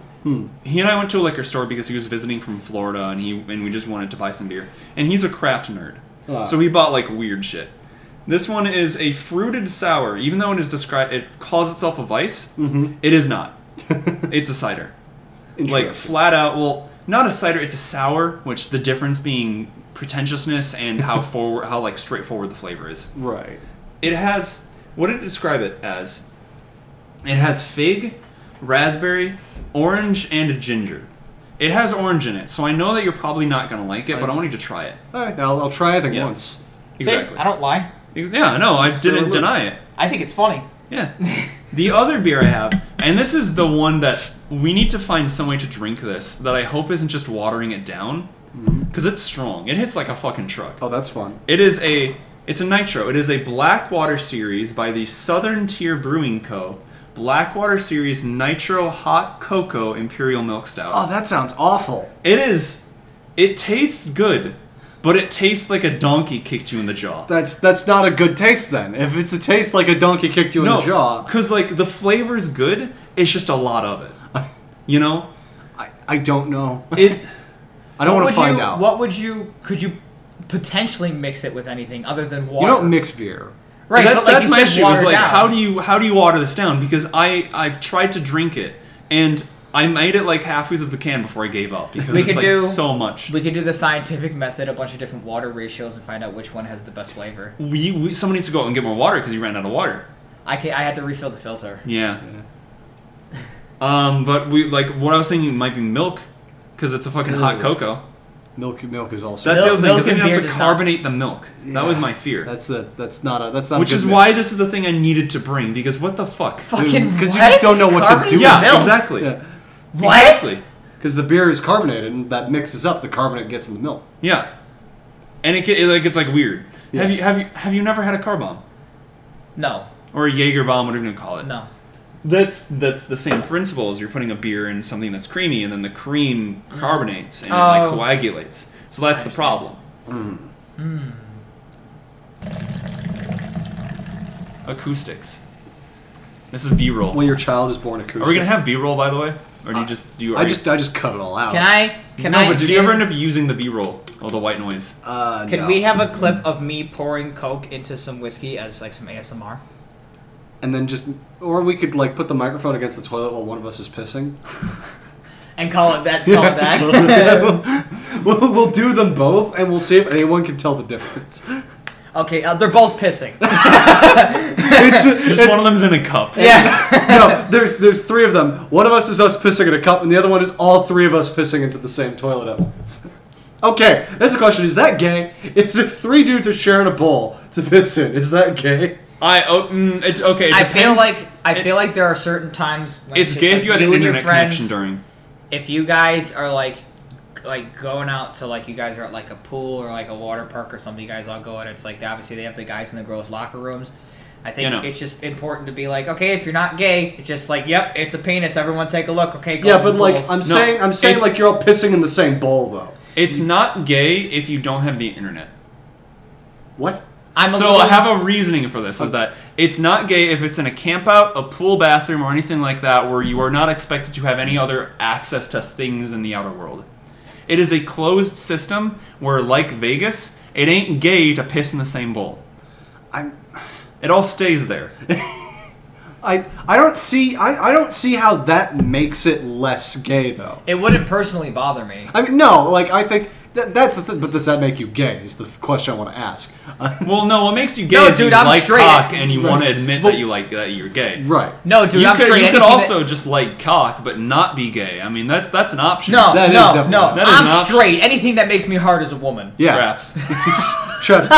He and I went to a liquor store because he was visiting from Florida, and he and we just wanted to buy some beer. And he's a craft nerd,
Ah.
so he bought like weird shit. This one is a fruited sour, even though it is described. It calls itself a vice. Mm-hmm. is not. it's a cider, like
Interesting.
flat out. Well, not a cider. It's a sour, which the difference being pretentiousness and how forward, how like straightforward the flavor is.
right.
It has what did it describe it as? It has fig, raspberry, orange, and ginger. It has orange in it, so I know that you're probably not gonna like it, but I wanted to try it.
All right, I'll, I'll try anything
Yeah.
once.
See,
Exactly.
I don't lie.
Yeah, no, I
So
didn't
look-
deny it.
I think it's funny.
Yeah. The other beer I have, and this is the one that we need to find some way to drink this that I hope isn't just
Mm-hmm.
watering it down, because it's strong. It hits like a fucking truck.
Oh, that's fun.
It is a It's a nitro. It is a Blackwater series by the Southern Tier Brewing Co. Blackwater series nitro hot cocoa imperial milk stout.
Oh, that sounds awful.
It is. It tastes good, but it tastes like a donkey kicked you in the jaw.
That's that's not a good taste then. If it's a taste like a donkey kicked you in the jaw,
because like the flavor's good. It's just a lot of it. You know,
I, I don't know.
it.
I don't
What
want
would
to find
you,
out.
What would you? Could you potentially mix it with anything other than water?
you don't mix beer.
right. but
that's
like
that's
you
my
said,
issue. Is
water
like,
down.
how do you how do you water this down? Because I I've tried to drink it and. I made it like halfway through the can before I gave up because
We
it's
could
like
do-
so much.
We could do the scientific method, a bunch of different water ratios, and find out which one has the best flavor.
We, we someone needs to go out and get more water because you ran out of water.
I can, I had to refill the filter.
Yeah. Um, but we like what I was saying. It might be milk because it's a fucking hot
Ooh.
cocoa.
Milk milk is also
That's
Milk-
the other
milk
thing because then
and
you
beer
have to
does not-
carbonate the milk. That was
Yeah.
my fear.
that's the that's not a that's not a
Which
good
is why
mix.
this is the thing I needed to bring because what the fuck?
Fucking
'cause you
what?
just don't know what to
Carbonated
do with
yeah,
milk?
exactly.
yeah
What?
Exactly.
because the beer is carbonated and that mixes up the carbonate gets in the milk.
Yeah. And it, ca- it like it's like weird.
Yeah.
Have you have you have you never had a car bomb
No,
or a Jaeger bomb? Whatever you gonna call it.
no.
That's that's the same principle as you're putting a beer in something that's creamy, and then the cream carbonates and it, like
Mm-hmm. Oh.
coagulates. So that's the
understand.
problem.
Hmm.
Acoustics. This is B-roll.
When your child is born, acoustic.
Are we gonna have B-roll by the way, or do you just do? You,
I
are you-
just I just cut it all out.
Can I? Uh, Can
no,
I?
but did you
give-
ever end up using the B-roll? Oh, the white noise.
Uh,
Can
no.
we have a clip of me pouring Coke into some whiskey as like some ASMR?
And then just, or we could like put the microphone against the toilet while one of us is pissing.
And call it that. Call it that.
we'll, we'll do them both, and we'll see if anyone can tell the difference.
okay, uh, they're both pissing.
It's just,
Just
it's-
one of them's in a cup.
yeah.
no, there's there's three of them. One of us is us pissing in a cup, and the other one is all three of us pissing into the same toilet at once. Okay, that's the question. Is that gay? Is if three dudes are sharing a bowl to piss in, is that gay?
I oh, mm, it, okay. It
I feel
depends.
like I
It-
feel like there are certain times. When
it's
just,
gay if
like,
you had an
and your
internet connection
friends-
during.
if you guys are like like going out to like you guys are at like a pool or like a water park or something you guys all go and it's like obviously they have the guys and the girls locker rooms i think
You know.
it's just important to be like okay if you're not gay it's just like yep it's a penis everyone take a look okay go
Yeah,
to
but
the
like
pools.
I'm saying, I'm saying
it's-
like you're all pissing in the same bowl though.
It's not gay if you don't have the internet.
What?
I'm a
so
little-
I have a reasoning for this: is that it's not gay if it's in a campout, a pool bathroom, or anything like that, where you are not expected to have any other access to things in the outer world. It is a closed system where, like Vegas, it ain't gay to piss in the same bowl.
I'm
It all stays there.
I I don't see I, I don't see how that makes it less gay though.
it wouldn't personally bother me
I mean, no, like I think that, that's the thing. But does that make you gay? Is the question I want to ask. Uh,
Well, no, what makes you gay
No,
is
dude,
you
I'm
like
straight.
cock and you want to admit
Well-
that you like that you're gay.
right.
no dude
you
i'm
could,
straight
you could
anything
also
that-
just like cock but not be gay. I mean, that's that's an option.
no
That is
no
definitely-
no
that is an
i'm
option.
straight anything that makes me hard as a woman
Yeah.
Perhaps.
Travis,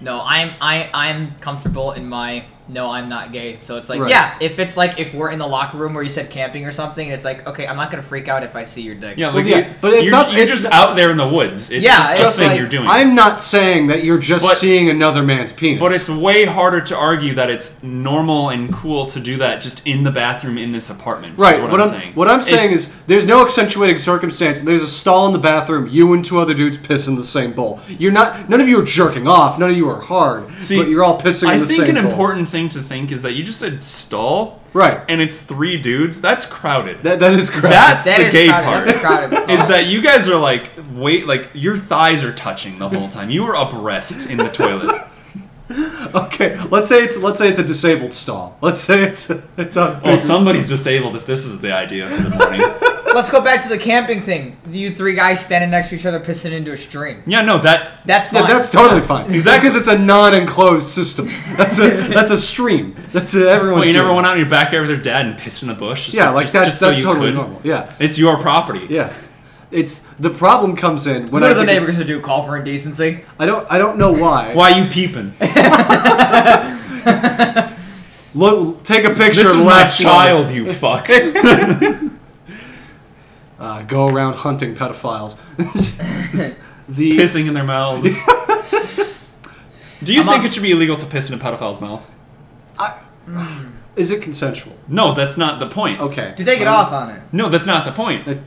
No, I'm I I'm comfortable in my no, I'm not gay. So it's like
Right.
yeah, if it's like if we're in the locker room where you said camping or something, and it's like okay, I'm not gonna freak out if I see your dick.
Yeah,
Well,
like
yeah,
you,
but it's
you're,
not-
you're
it's
just
not-
out there in the woods. It's
Yeah,
just a
it's
thing
like-
you're doing.
I'm not saying that you're just
But-
seeing another man's penis.
but it's way harder to argue that it's normal and cool to do that just in the bathroom in this apartment.
right.
Is what,
What,
I'm,
I'm,
saying.
what I'm saying is there's no accentuating circumstance. There's a stall in the bathroom. You and two other dudes piss in the same bowl. You're not. None of you are jerking off. None of you are hard.
See,
but you're all pissing
I
in the
think
same
an
bowl.
important thing to think is that you just said stall,
Right.
and it's three dudes. That's crowded.
that, that is correct.
That's
That
the
is
gay
crowded.
part.
That's a crowded spot.
is that you guys are like wait like your thighs are touching the whole time. You were abreast in the toilet.
okay. Let's say it's let's say it's a disabled stall. Let's say it's it's a.
Well, Oh, somebody's disabled if this is the idea for the morning.
Let's go back to the camping thing. You three guys standing next to each other pissing into a stream.
yeah, no, that
That's
Yeah,
fine.
that's totally fine.
Exactly.
Exactly, because it's a non-enclosed system. That's a that's a stream. That's a, everyone's.
Well, you never
doing
went
it.
out in your backyard with your dad and pissed in a bush. Just
Yeah, like
just-
that's
just so
that's
you
totally
could.
normal. Yeah,
It's your property.
yeah. It's the problem comes in when
what
I
are the
think it's-
neighbors gonna do? Call for indecency?
I don't I don't know why.
Why you peeping?
Look, take a picture
this
of
is my
last
child, you fuck.
Uh, go around hunting pedophiles. the
pissing in their mouths. Do you
I'm
think
not-
it should be illegal to piss in a pedophile's mouth?
I- is it consensual?
No, that's not the point.
Okay.
Do they get
Um,
off on it?
No, that's not the point.
that-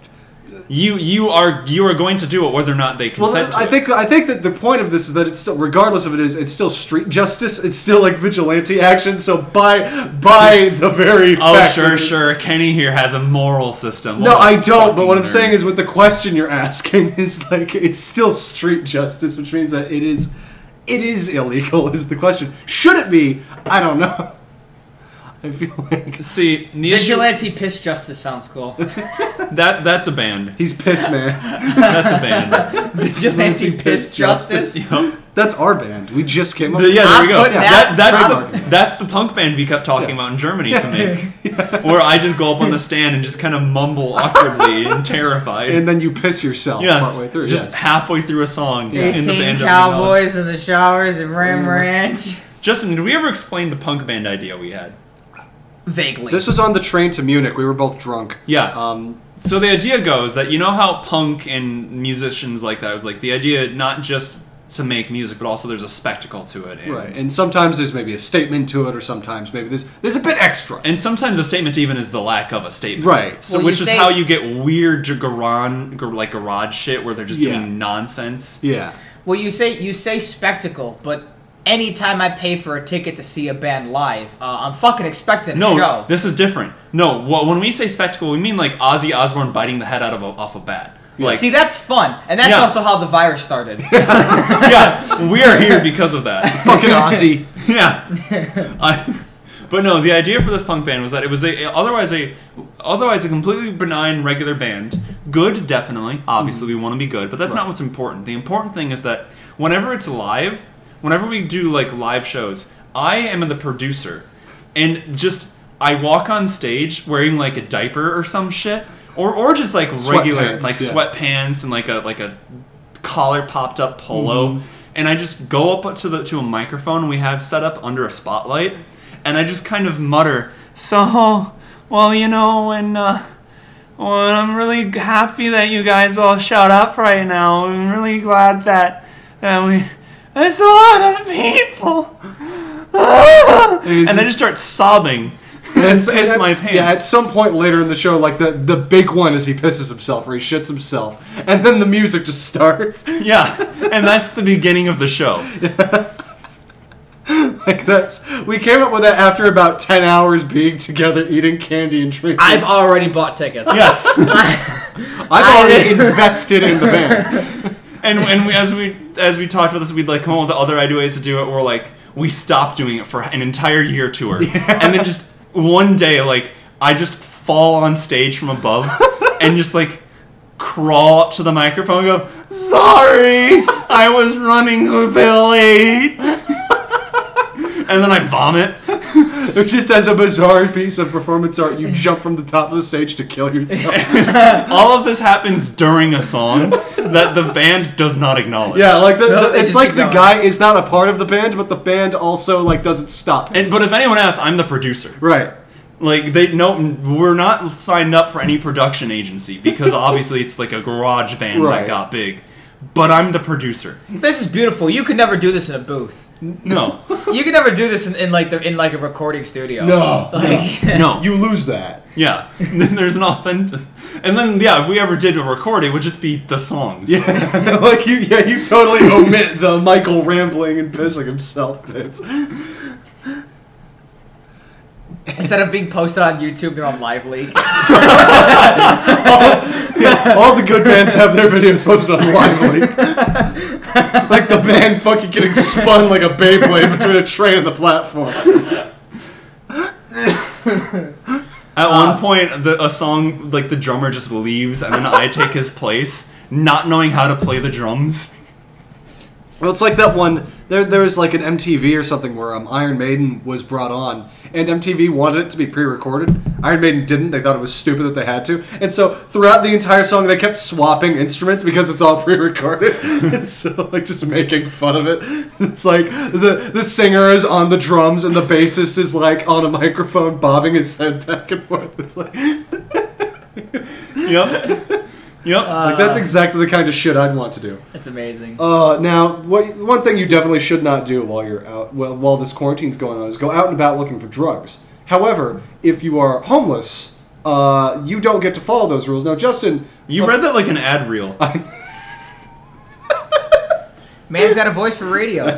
You you are you are going to do it whether or not they
Well,
consent.
I
to it.
think I think that the point of this is that it's still, regardless of it is, it's still street justice. It's still like vigilante action. So by by the very
Oh
fact
sure
that-
sure. Kenny here has a moral system.
No,
What a
I don't. But what
fucking
I'm
nerd.
saying is, with the question you're asking, is like it's still street justice, which means that it is, it is illegal. Is the question? Should it be? I don't know. I feel like
see the issue-
Vigilante piss justice sounds cool.
that that's a band.
he's piss man.
That's a band.
Vigilante piss
piss
justice.
justice. That's our band. We just came up.
But yeah, there we go.
I'm putting
That,
that
that's,
trademark.
the, that's the punk band we kept talking about in Germany to make. Where I just go up on the stand and just kind of mumble awkwardly and terrified.
and then you piss yourself
yes,
partway through.
just
yes.
halfway through a song. and the
Eighteen
band Mm-hmm. doesn't know.
cowboys in the showers at Ram Ranch.
Justin, did we ever explain the punk band idea we had?
Vaguely.
This was on the train to Munich. We were both drunk.
Yeah.
Um,
so the idea goes that you know how punk and musicians like that was like the idea not just to make music, but also there's a spectacle to it. And,
right. And sometimes there's maybe a statement to it, or sometimes maybe there's there's a bit extra.
and sometimes a statement even is the lack of a statement.
Right.
So
Well,
which
you
is
say-
how you get weird j- garan, gar- like garage shit where they're just
Yeah.
doing nonsense.
Yeah.
well, you say you say spectacle, but anytime I pay for a ticket to see a band live, uh, I'm fucking expecting a
No,
show.
this is different. No, wh- when we say spectacle, we mean like Ozzy Osbourne biting the head out of a, off a bat. Like,
See, that's fun, and that's
Yeah.
also how the virus started.
yeah, we are here because of that.
Fucking Aussie.
yeah. I, but no, the idea for this punk band was that it was a otherwise a otherwise a completely benign regular band. Good, definitely. Obviously,
Mm-hmm.
we want to be good, but that's not what's important. The important thing is that whenever it's live, whenever we do like live shows, I am the producer, and just I walk on stage wearing like a diaper or some shit, or or just like regular
Sweatpants,
like
yeah.
sweatpants and like a like a collar popped up polo and i just go up to the to a microphone we have set up under a spotlight and i just kind of mutter so well you know and uh well, I'm really happy that you guys all shout up right now. I'm really glad that that we there's a lot of people. and I just start sobbing and piss my
that's-
pants.
Yeah, at some point later in the show, like the, the big one is he pisses himself or he shits himself, and then the music just starts.
Yeah, and that's the beginning of the show.
Like that's we came up with that after about ten hours being together, eating candy and drinking.
I've already bought tickets.
Yes,
I've already invested in the band.
and and we, as we as we talked about this, we'd like come up with other ideas to do it. Or like we stopped doing it for an entire year tour, and then just one day, like I just fall on stage from above and just like crawl up to the microphone and go, "Sorry, I was running a bit late," and then I vomit.
Just as a bizarre piece of performance art, you jump from the top of the stage to kill yourself.
All of this happens during a song that the band does not acknowledge.
Yeah, like the,
No,
the-
they
it's
just
like
keep
the
going.
guy is not a part of the band, but the band also like doesn't stop.
And, but if anyone asks, I'm the producer.
right.
Like they no, we're not signed up for any production agency because obviously it's like a garage band
Right.
that got big. But I'm the producer.
This is beautiful. You could never do this in a booth.
No,
You could never do this in, in like the in like a recording studio.
No,
Like,
no,
You lose that.
yeah. Then there's an authentic, and then yeah, if we ever did a record, it would just be the songs.
like you, yeah, you totally omit the Michael rambling and pissing himself bits.
instead of being posted on YouTube, they're on Live Leak.
All the good bands have their videos posted on Lively. like the band fucking getting spun like a Beyblade between a train and the platform.
At
Uh,
one point, the, a song like the drummer just leaves, and then I take his place, not knowing how to play the drums.
Well, it's like that one. There, there was like an MTV or something where um, Iron Maiden was brought on, and MTV wanted it to be pre-recorded. Iron Maiden didn't. They thought it was stupid that they had to, and so throughout the entire song, they kept swapping instruments because it's all pre-recorded. and so, like, just making fun of it. It's like the the singer is on the drums, and the bassist is like on a microphone, bobbing his head back and forth. It's like
Yep. Yep.
Uh,
Like that's exactly the kind of shit I'd want to do.
It's amazing.
Uh, now, what, one thing you definitely should not do while you're out, well, while this quarantine's going on, is go out and about looking for drugs. However, if you are homeless, uh, you don't get to follow those rules. Now, Justin,
you read that like an ad reel.
Man's got a voice for radio.
no,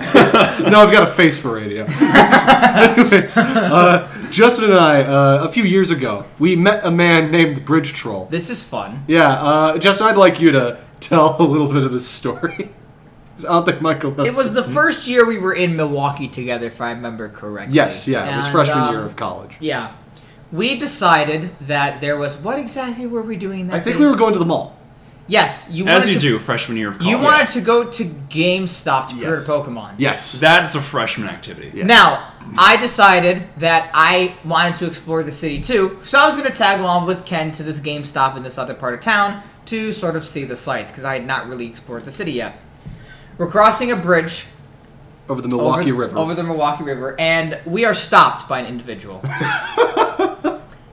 I've got a face for radio. Anyways, uh, Justin and I, uh, a few years ago, we met a man named Bridge Troll.
This is fun.
Yeah, uh, Justin, I'd like you to tell a little bit of this story. 'Cause I don't think Michael knows.
It was the first year we were in Milwaukee together, if I remember correctly.
Yes, yeah, it was
And,
freshman
um,
year of college.
Yeah. We decided that there was what exactly were we doing that
I think
day?
we were going to the mall.
Yes, you
As
wanted
you
to,
do freshman year of college.
You wanted to go to GameStop to
Yes.
order Pokemon.
Yes.
That's a freshman activity.
Yeah.
Now, I decided that I wanted to explore the city too, so I was going to tag along with Ken to this GameStop in this other part of town to sort of see the sights because I had not really explored the city yet. We're crossing a bridge
over the Milwaukee
over,
River.
over the Milwaukee River, and we are stopped by an individual.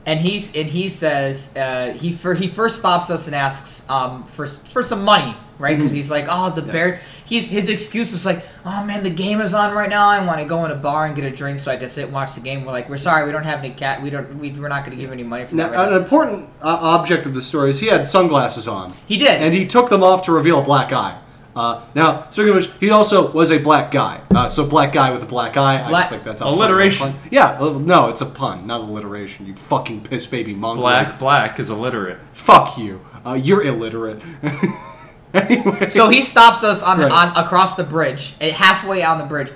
and he's and he says uh, he for, he first stops us and asks um, for for some money, right?
Mm-hmm.
Because he's like, oh, the bear. He's, his excuse was like, oh man, the game is on right now. I want to go in a bar and get a drink, so I just sit and watch the game. We're like, we're sorry, we don't have any cat. We don't. We, we're not going to give any money for
Now,
that. Right
an
now.
important uh, object of the story is he had sunglasses on,
He did.
and he took them off to reveal a black eye. Uh, now, speaking of which, he also was a black guy. Uh, so, black guy with a black eye. I
Black-
just think that's a funny
Alliteration.
pun. Yeah, well, no, it's a pun, not alliteration. You fucking piss baby mongrel.
Black, black is illiterate.
Fuck you. Uh, you're illiterate. anyway.
so he stops us on,
Right.
on across the bridge, eh, halfway on the bridge,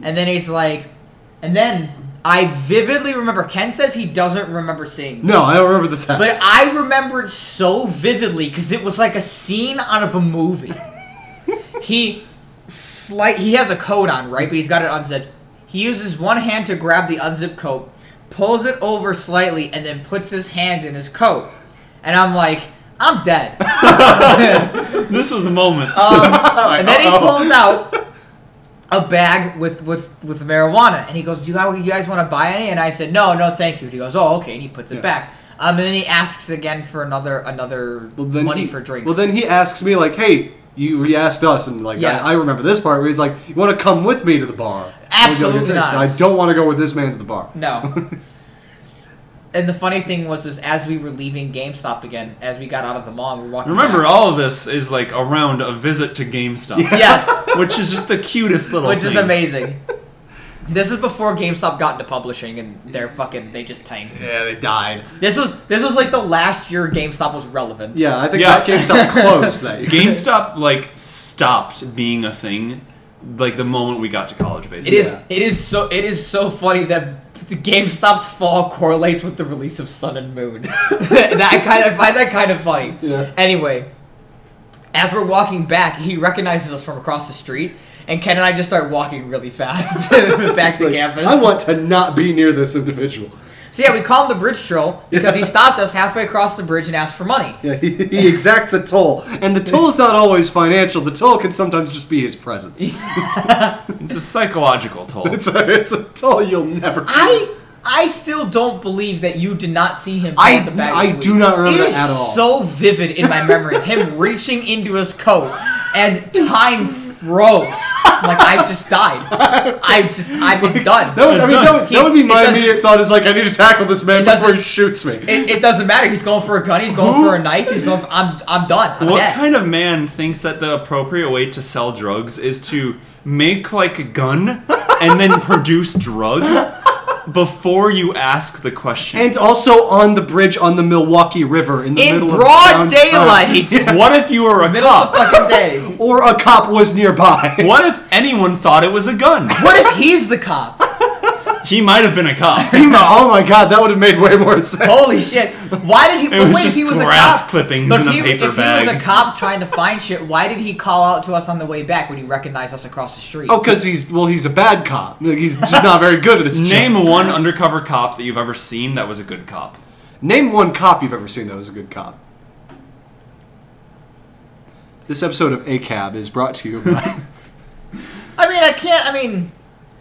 and then he's like, and then I vividly remember. Ken says he doesn't remember seeing.
No, I don't remember this happening.
But I remember it so vividly because it was like a scene out of a movie. he slight he has a coat on, right? But he's got it unzipped. He uses one hand to grab the unzipped coat, pulls it over slightly, and then puts his hand in his coat. And I'm like, I'm dead.
This is the moment.
Uh, and then he pulls out a bag with with with marijuana, and he goes, "Do you guys, you guys want to buy any?" And I said, "No, no, thank you." And he goes, "Oh, okay," and he puts it
Yeah.
back. Um, and then he asks again for another another
Well, then
money
he-
for drinks.
Well, then he asks me like, "Hey, you he asked us, and like,
Yeah.
I, I remember this part where he's like, you want to come with me to the bar? We'll go get
Absolutely
drinks."
not.
And I don't want to go with this man to the bar.
no. and the funny thing was, was as we were leaving GameStop again, as we got out of the mall, and we were walking.
Remember,
back-
all of this is like around a visit to GameStop,
yes,
which is just the cutest little.
which is
thing.
amazing. This is before GameStop got into publishing, and they're fucking they just tanked.
Yeah, they died.
This was this was like the last year GameStop was relevant.
Yeah, I think
Yeah.
that GameStop closed that year.
GameStop like stopped being a thing, like the moment we got to college.
It
Basically,
is. It is so. It is so funny that the GameStop's fall correlates with the release of Sun and Moon. that I kind of I find that kind of funny.
Yeah.
Anyway, as we're walking back, he recognizes us from across the street, and Ken and I just start walking really fast back
It's
to
like,
campus.
I want to not be near this individual.
so yeah, we call him the bridge troll because he stopped us halfway across the bridge and asked for money.
Yeah, he, he exacts a toll, and the toll is not always financial. The toll can sometimes just be his presence.
It's a psychological toll.
it's, a, it's a toll you'll never.
I. I still don't believe that you did not see him.
I-
put the bag
I
of weed.
do not remember
It is
that at all.
So vivid in my memory of him reaching into his coat, and time froze. Like I just died. I just I'm it's done.
That would, I
It's
mean, that
done.
would, that would be
He's- it
my
doesn't-
immediate thought is like, I need to tackle this man
It
before he
doesn't-
shoots me.
It, it doesn't matter. He's going for a gun. He's going for a knife. He's going. For, I'm I'm done. I'm
What
dead.
kind of man thinks that the appropriate way to sell drugs is to make like a gun and then produce drug before you ask the question?
And also on the bridge on the Milwaukee River in the
in
middle
broad
of downtown.
daylight,
what if you were a
middle of
cop?
the fucking day.
Or a cop was nearby.
What if anyone thought it was a gun?
What if he's the cop?
He might have been a cop.
Prima, oh my god, that would have made way more sense.
Holy shit! Why did he?
It was
wait, if
just
he was
grass
a cop,
clippings
but
in
if
a
he,
paper
if he was
bag.
a cop trying to find shit, why did he call out to us on the way back when he recognized us across the street?
Oh, because he's, well, he's a bad cop. Like, He's just not very good at his
Name
job.
one undercover cop that you've ever seen that was a good cop.
Name one cop you've ever seen that was a good cop. This episode of ACAB is brought to you by.
I mean, I can't. I mean,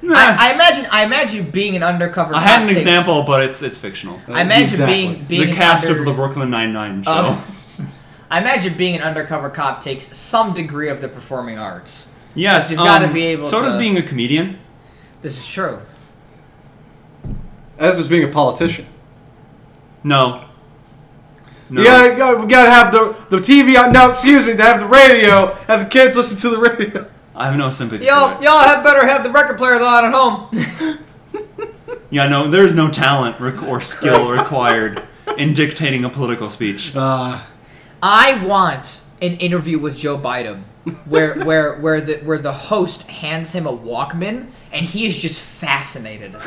I, I imagine. I imagine being an undercover.
I
cop
had an
takes-
example, but it's it's fictional.
I imagine
Exactly.
being being
the
an
cast
under-
of the Brooklyn Nine Nine show.
Oh. I imagine being an undercover cop takes some degree of the performing arts.
Yes,
You've gotta
um,
be able
So does
to-
being a comedian.
This is true.
As is being a politician.
No. No.
You gotta, gotta, we gotta have the the TV on. No, excuse me. To have the radio. Have the kids listen to the radio.
I have no sympathy. for
Y'all,
it.
y'all have better have the record player on at home.
Yeah, no, there's no talent rec- or skill required in dictating a political speech.
Uh,
I want an interview with Joe Biden, where where where the where the host hands him a Walkman and he is just fascinated.
he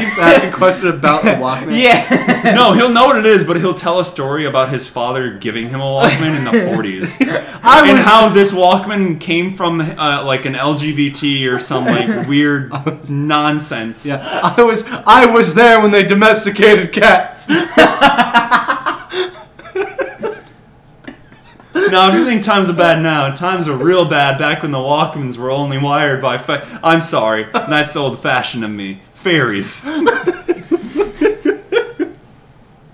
keeps asking questions about the Walkman.
yeah.
No, he'll know what it is, but he'll tell a story about his father giving him a Walkman in the 40s.
I
and
was
how this Walkman came from uh, like an LGBT or some like weird nonsense.
Yeah, I was I was there when they domesticated cats.
Now, if you think times are bad now, times are real bad back when the Walkmans were only wired by. Fa- I'm sorry, that's old fashioned of me. Fairies.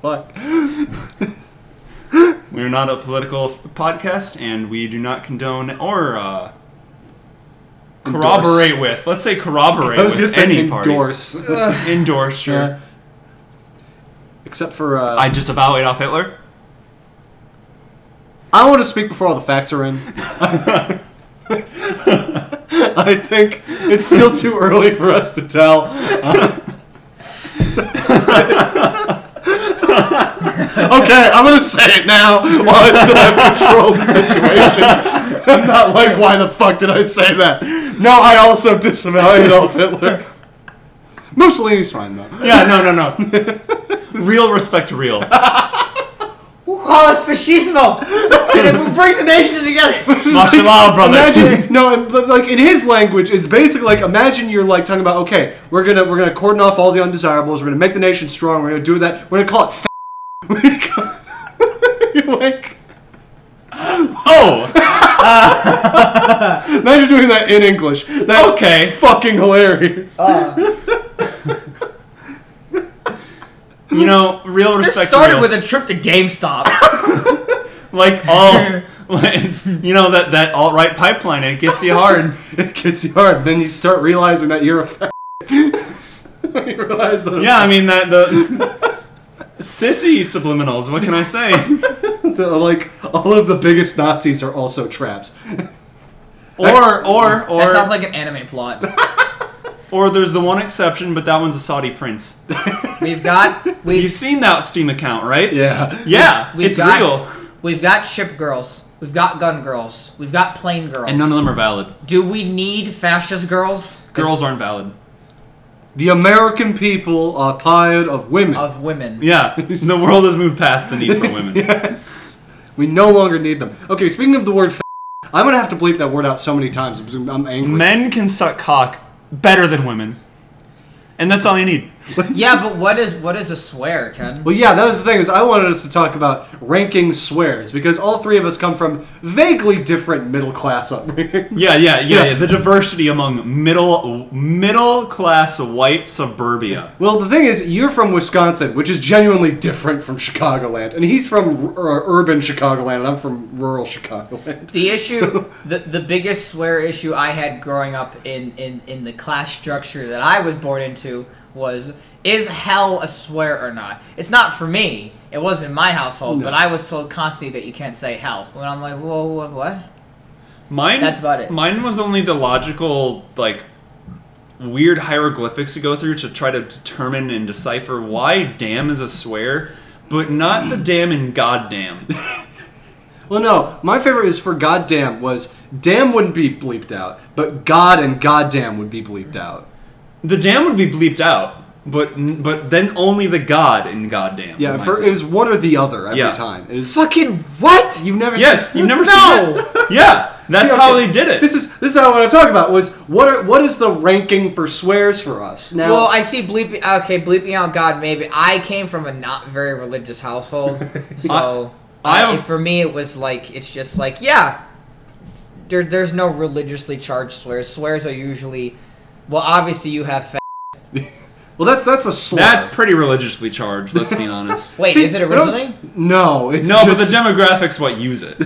Fuck.
We're not a political f- podcast, and we do not condone or uh, corroborate with. Let's say corroborate
I was gonna
with
say
any
endorse.
party. Endorse, sure.
Yeah. Except for uh,
I disavow Adolf Hitler.
I want to speak before all the facts are in. I think it's still too early for us to tell. okay, I'm gonna say it now while I still have control of the situation. I'm not like, why the fuck did I say that? No, I also disavow Adolf Hitler. Mussolini's fine though.
Yeah, no, no, no. real respect, real.
We'll call it fascismo, and it will bring the nation together.
Martial law, brother.
Imagine no, but like in his language, it's basically like imagine you're like talking about okay, we're gonna we're gonna cordon off all the undesirables, we're gonna make the nation strong, we're gonna do that, we're gonna call it. F- We're gonna call- you're like
Oh,
imagine doing that in English. That's
Okay.
fucking hilarious.
you know, real
This
respect.
started
real.
with a trip to GameStop.
like all, you know that that alt right pipeline. It gets you hard.
It gets you hard. Then you start realizing that you're a. F- you realize that
Yeah, I mean that the sissy subliminals. What can I say?
that, like all of the biggest Nazis are also traps.
Or or or
that sounds like an anime plot.
or there's the one exception, but that one's a Saudi prince.
We've got
You've
we've
seen that Steam account, right?
Yeah,
Yeah,
We've
it's
got-
real,
we've got ship girls. We've got gun girls. We've got plane girls.
and none of them are valid.
Do we need fascist girls
Girls aren't valid.
the American people are tired of women.
of women?
Yeah, the world has moved past the need for women.
Yes. We no longer need them. Okay, speaking of the word f- I'm gonna have to bleep that word out so many times. I'm, I'm angry.
Men can suck cock better than women, and that's all you need.
Yeah, but what is what is a swear, Ken?
Well, yeah, that was the thing is I wanted us to talk about ranking swears because all three of us come from vaguely different middle class upbringings.
Yeah, yeah, yeah, yeah. The diversity among middle middle class white suburbia.
Well, the thing is, you're from Wisconsin, which is genuinely different from Chicagoland, and he's from r- uh, urban Chicagoland, and I'm from rural Chicagoland.
The issue, the, the biggest swear issue I had growing up in, in, in the class structure that I was born into was is hell a swear or not? It's not for me. It wasn't in my household, but I was told constantly that you can't say hell. And I'm like, whoa, what? what?
Mine.
That's about it.
Mine was only the logical like weird hieroglyphics to go through to try to determine and decipher why damn is a swear, but not the damn and goddamn.
Well, no, my favorite is for goddamn was damn wouldn't be bleeped out, but god and goddamn would be bleeped out.
The damn would be bleeped out, but but then only the god and goddamn.
Yeah,
were my
for, it
favorite.
was one or the other every
Yeah.
time. It was
Fucking what?
You've never
yes,
seen
you've never seen
No!
it. Yeah, that's
See,
how
okay,
they did it.
This is this is how I want to talk about was what are, what is the ranking for swears for us now?
Well, I see bleeping. Okay, bleeping out God. Maybe I came from a not very religious household, so
I- I
uh,
have-
for me it was like it's just like yeah. There, there's no religiously charged swears. Swears are usually, well, obviously you have f-
Well, that's that's a slur.
That's pretty religiously charged. Let's be honest.
Wait,
See,
is it
you know, it's-
originally?
No, it's
no,
just,
but the demographics what use it.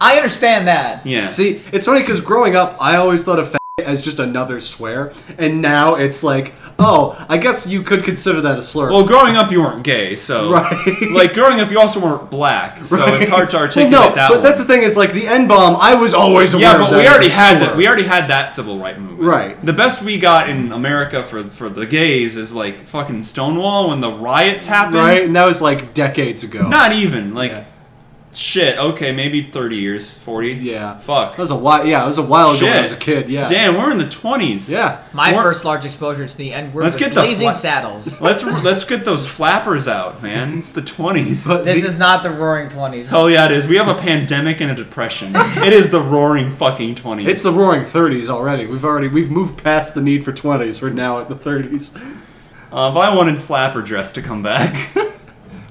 I understand that.
Yeah.
See, it's funny because growing up, I always thought of f- as just another swear, and now it's like, oh, I guess you could consider that a slur.
Well, growing up you weren't gay, so
Right.
like growing up you also weren't black, so it's hard to
Well,
articulate
no,
that.
but
one.
that's the thing is like the N bomb. I was always aware
yeah,
of
but
that
we
as a
already had
slur.
that. We already had that civil right movement.
Right.
The best we got in America for for the gays is like fucking Stonewall when the riots happened.
right, and that was like decades ago.
Not even like
Yeah.
shit. Okay, maybe thirty years, forty.
Yeah.
Fuck.
That was a while. Yeah, it was a while ago when I
Shit.
was a kid. Yeah.
Damn, we're in the twenties.
Yeah.
My
We're-
first large exposure to the N word
Let's
was
get the
Blazing
fla-
Saddles.
Let's let's get those flappers out, man. It's the twenties.
But-
This
The-
is not the Roaring Twenties.
Hell Oh, yeah, it is. We have a pandemic and a depression. it is the roaring fucking twenties.
It's the roaring 30s already. We've already we've moved past the need for 20s. We're now at the 30s.
Uh, if I wanted flapper dress to come back.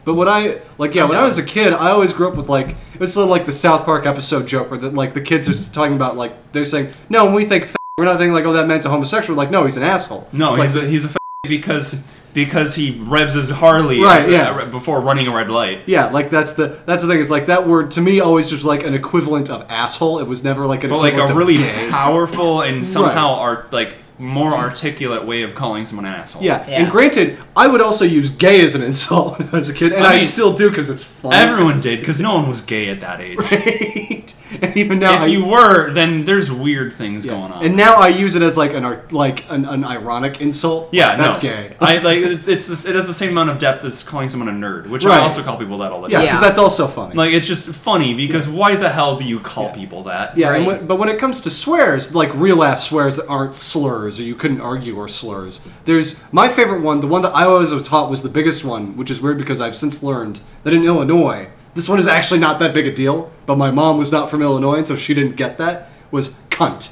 But when I like, yeah, when I was a kid, I always grew up with like it's sort of like the South Park episode joke where the, like the kids are talking about like they're saying no, when we think f- we're not thinking like oh that man's a homosexual, We're like no, he's an asshole.
No,
It's
he's
like,
a, he's a f- because because he revs his Harley
Right,
at-
yeah.
at- before running a red light.
yeah, like that's the that's the thing. It's like that word to me always just like an equivalent of asshole. It was never like an
But like
equivalent
a
of
really
gay.
powerful and somehow art like more articulate way of calling someone an asshole.
Yeah, and
Yes.
granted, I would also use gay as an insult when I was a kid, and I,
I mean,
still do because it's fun.
Everyone did because no one was gay at that age.
and even now, I-
If you were, then there's weird things
Yeah.
going on.
And now I use it as like an ar- like an, an ironic insult.
yeah,
Like, that's
no.
gay.
I like it's, it's this, it has the same amount of depth as calling someone a nerd, which
Right.
I also call people that all the
yeah,
time.
because
Yeah.
that's also funny.
Like it's just funny because why the hell do you call
Yeah.
people that?
yeah, and
Right.
when, but when it comes to swears, like real ass swears that aren't slurs or you couldn't argue or slurs. There's my favorite one. The one that I always was taught was the biggest one, which is weird because I've since learned that in Illinois, this one is actually not that big a deal. But my mom was not from Illinois, and so she didn't get that. Was cunt.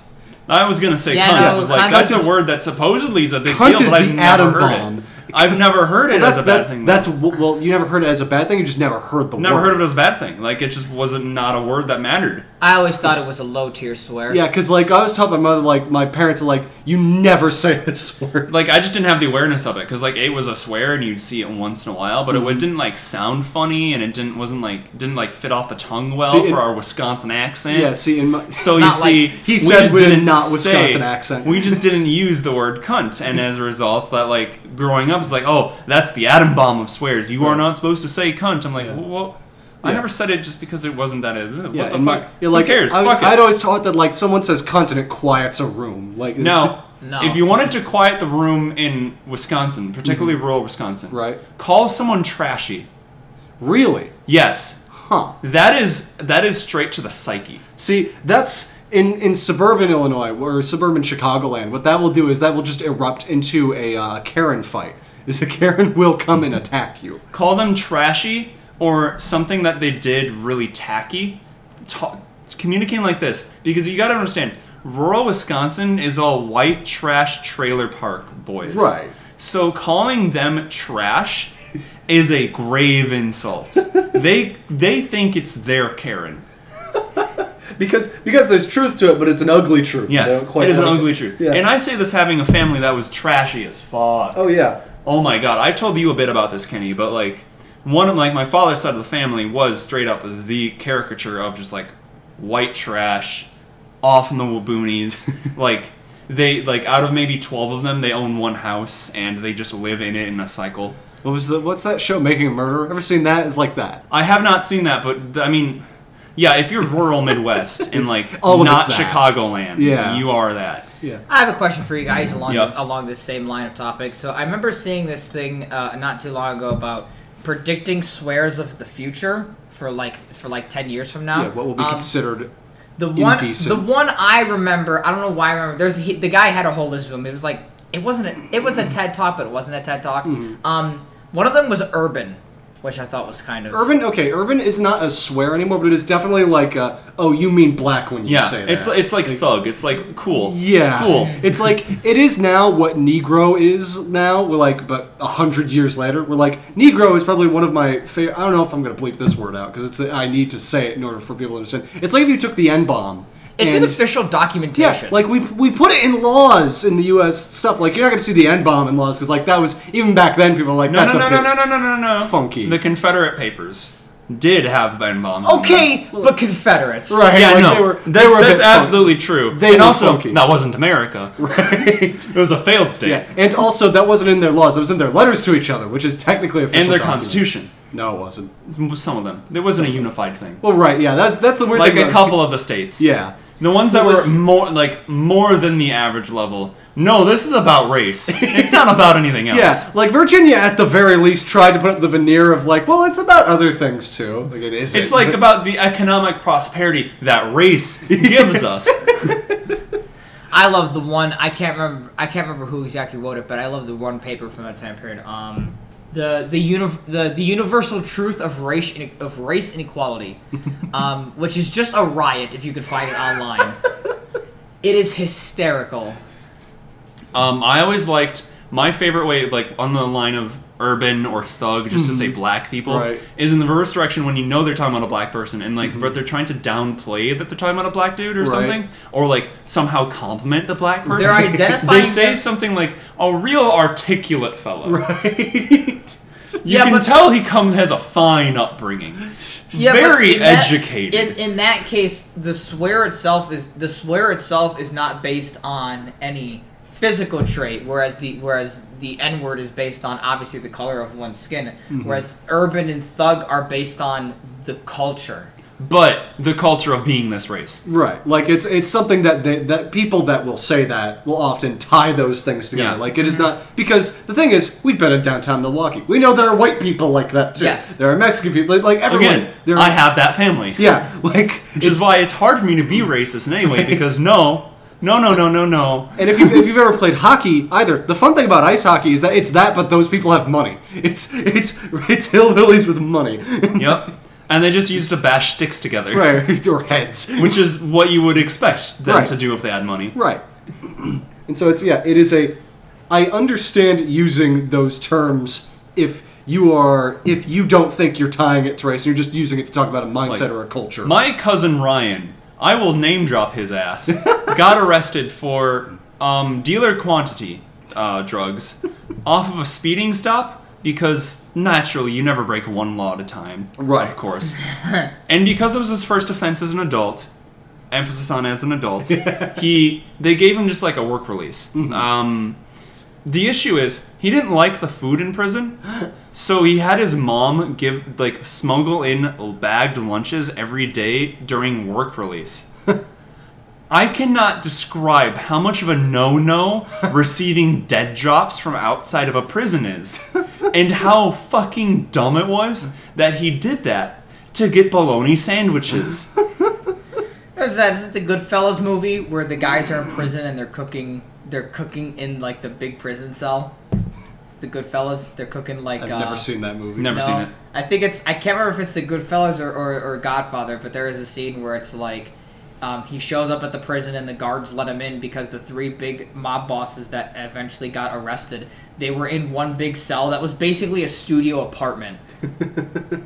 I was gonna say
Yeah,
cunt.
no,
I was like,
cunt
that's
is-
a word that supposedly is a big
Cunt
deal,
is
but I've
the
never
atom
heard
bomb.
it. I've never heard it
That's
as a bad
that's
thing. though.
that's well, you never heard it as a bad thing. You just never heard the
never
word.
heard of it as a bad thing. Like it just wasn't not a word that mattered.
I always thought it was a low tier swear.
Yeah, because like I was taught by my mother, like my parents are like, you never say this word.
Like I just didn't have the awareness of it because like it was a swear and you'd see it once in a while, but
Mm-hmm.
it didn't like sound funny and it didn't wasn't like didn't like fit off the tongue well
See, it-
for our Wisconsin accent.
Yeah, see, in my
So
It's
you
not like-
see,
He
we
said
just
with a
didn't
not
say-
Wisconsin accent.
We just didn't use the word cunt, and as a result, that like growing up is like, oh, that's the atom bomb of swears. You are not supposed to say cunt. I'm like,
Yeah.
well, well, I
Yeah.
never said it just because it wasn't that. uh, What
yeah,
the
in
fuck?
my- yeah, like
Who cares?
I was,
fuck it.
I'd always taught that like someone says cunt and it quiets a room. Like it's-
Now,
No.
if you wanted to quiet the room in Wisconsin, particularly rural Wisconsin,
Mm-hmm. Right.
call someone trashy.
really,
Yes,
huh?
that is that is straight to the psyche.
See, that's in in suburban Illinois or suburban Chicagoland. What that will do is that will just erupt into a uh, Karen fight. Is a Karen will come and attack you.
Call them trashy or something that they did really tacky. Talk, communicating like this because you got to understand, rural Wisconsin is all white trash trailer park boys.
Right.
So calling them trash is a grave insult. they they think it's their Karen.
Because because there's truth to it, but it's an ugly truth.
Yes, it is an ugly truth. And I say this having a family that was trashy as fuck.
oh yeah,
Oh my god, I told you a bit about this, Kenny, but like one of like my father's side of the family was straight up the caricature of just like white trash, off in the boonies. like they like out of maybe twelve of them, they own one house and they just live in it in a cycle.
What was the what's that show Making a Murderer? Ever seen that? It's like that.
I have not seen that, but th- I mean, yeah, if you're rural Midwest and like
all of it's
not
that.
Chicagoland,
Yeah.
you are that.
Yeah.
I have a question for you guys along
Yeah.
this, along this same line of topic. So I remember seeing this thing uh, not too long ago about predicting swears of the future for like for like ten years from now.
Yeah, what will be
Um,
considered
the one
indecent?
the one I remember? I don't know why I remember. There's he, the guy had a whole list of them. It was like it wasn't a, it
Mm-hmm.
was a TED talk, but it wasn't a TED talk. Um, one of them was urban, which I thought was kind of
urban? Okay, urban is not a swear anymore, but it is definitely like, uh, oh, you mean black when you
Yeah,
say that.
it's it's like thug. It's like cool.
yeah,
cool.
It's like it is now what Negro is now. We're like, but a hundred years later, we're like Negro is probably one of my favorite. I don't know if I'm gonna bleep this word out because it's I need to say it in order for people to understand. It's like if you took the N bomb
It's
and-
an official documentation.
Yeah, like we we put it in laws in the U.S. stuff. Like you're not gonna see the N bomb in laws because like that was even back then. People were like
No,
that's
no,
a
no,
bit.
no, no, no, no, no, no.
funky.
The Confederate Papers did have Ben bombs. on them.
okay, but Confederates.
Right.
Yeah,
Like,
no,
they were- they
that's,
were a
that's
bit funky.
absolutely true.
They
and
were
also,
funky.
that wasn't America. It was a failed state.
Yeah, and also that wasn't in their laws. That was in their letters to each other, which is technically official.
And their
documents.
constitution.
No, it wasn't.
Some of them. There wasn't a unified thing.
Well, right. Yeah, that's that's the weird
Like
thing.
a
about-
couple of the states.
Yeah.
The ones that
It
were
was-
more like more than the average level. No, this is about race. it's not about anything else.
Yeah, like Virginia at the very least tried to put up the veneer of like, well, it's about other things too. Like it is.
It's like about the economic prosperity that race gives us.
I love the one I can't remember. I can't remember who exactly wrote it, but I love the one paper from that time period. Um, the the uni- the, the universal truth of race ine- of race inequality, um, which is just a riot if you can find it online. it is hysterical.
Um, I always liked my favorite way, like on the line of urban or thug, just to say black people,
Mm-hmm. Right. Mm-hmm.
is in the reverse direction when you know they're talking about a black person and like, but they're trying to downplay that they're talking about a black dude or
Right.
something, or like somehow compliment the black person.
They're identifying
They say
them-
something like a real articulate fellow.
right.
You
Yeah,
can
but-
tell he come has a fine upbringing.
but
Very
in that-
educated.
in, in that case, the swear itself is the swear itself is not based on any physical trait, whereas the whereas the N word is based on obviously the color of one's skin,
Mm-hmm.
whereas urban and thug are based on the culture.
but the culture of being this race.
Right. Like it's it's something that they, that people that will say that will often tie those things together.
Yeah.
Like it is not because the thing is we've been in downtown Milwaukee. We know there are white people like that too.
Yes.
There are Mexican people like, like everyone.
Again,
there are,
I have that family.
Yeah. Like
Which is why it's hard for me to be racist in any way because no, no, no, no, no, no.
And if you've, if you've ever played hockey, either the fun thing about ice hockey is that it's that, but those people have money. It's it's it's hillbillies with money,
Yep. And they just used to bash sticks together.
right? Or heads,
Which is what you would expect them
Right.
to do if they had money.
right? And so it's yeah, it is a. I understand using those terms if you are if you don't think you're tying it to race, and you're just using it to talk about a mindset
Like,
or a culture.
My cousin Ryan, I will name drop his ass, got arrested for um, dealer quantity uh, drugs off of a speeding stop because naturally you never break one law at a time.
Right.
Of course. and because it was his first offense as an adult, emphasis on as an adult, he they gave him just like a work release. Um, the issue is he didn't like the food in prison, so he had his mom give like smuggle in bagged lunches every day during work release. I cannot describe how much of a no-no receiving dead drops from outside of a prison is, and how fucking dumb it was that he did that to get bologna sandwiches.
Is that is it the Goodfellas movie where the guys are in prison and they're cooking they're cooking in like the big prison cell? It's the Goodfellas. They're cooking like
I've
uh,
never seen that movie.
Never seen it.
I think it's I can't remember if it's the Goodfellas or, or, or Godfather, but there is a scene where it's like um, he shows up at the prison and the guards let him in because the three big mob bosses that eventually got arrested they were in one big cell that was basically a studio apartment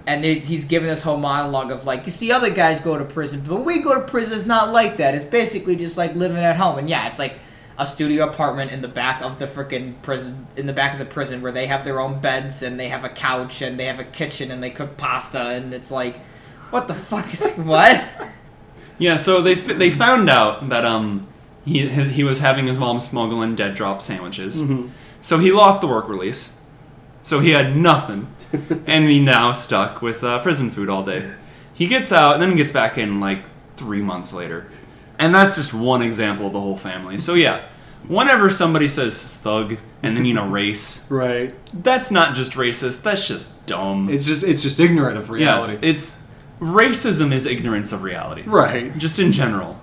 and they, he's giving this whole monologue of like you see other guys go to prison but when we go to prison it's not like that it's basically just like living at home and yeah it's like a studio apartment in the back of the freaking prison in the back of the prison where they have their own beds and they have a couch and they have a kitchen and they cook pasta and it's like what the fuck is what
Yeah, so they f- they found out that um he his, he was having his mom smuggle in dead drop sandwiches.
Mm-hmm.
So he lost the work release. So he had nothing, and he now stuck with uh, prison food all day. He gets out and then gets back in like three months later, and that's just one example of the whole family. So yeah, whenever somebody says thug and they mean a race,
Right.
that's not just racist. That's just dumb.
It's just it's just ignorant of reality.
yes, it's racism is ignorance of reality.
right.
Just in general.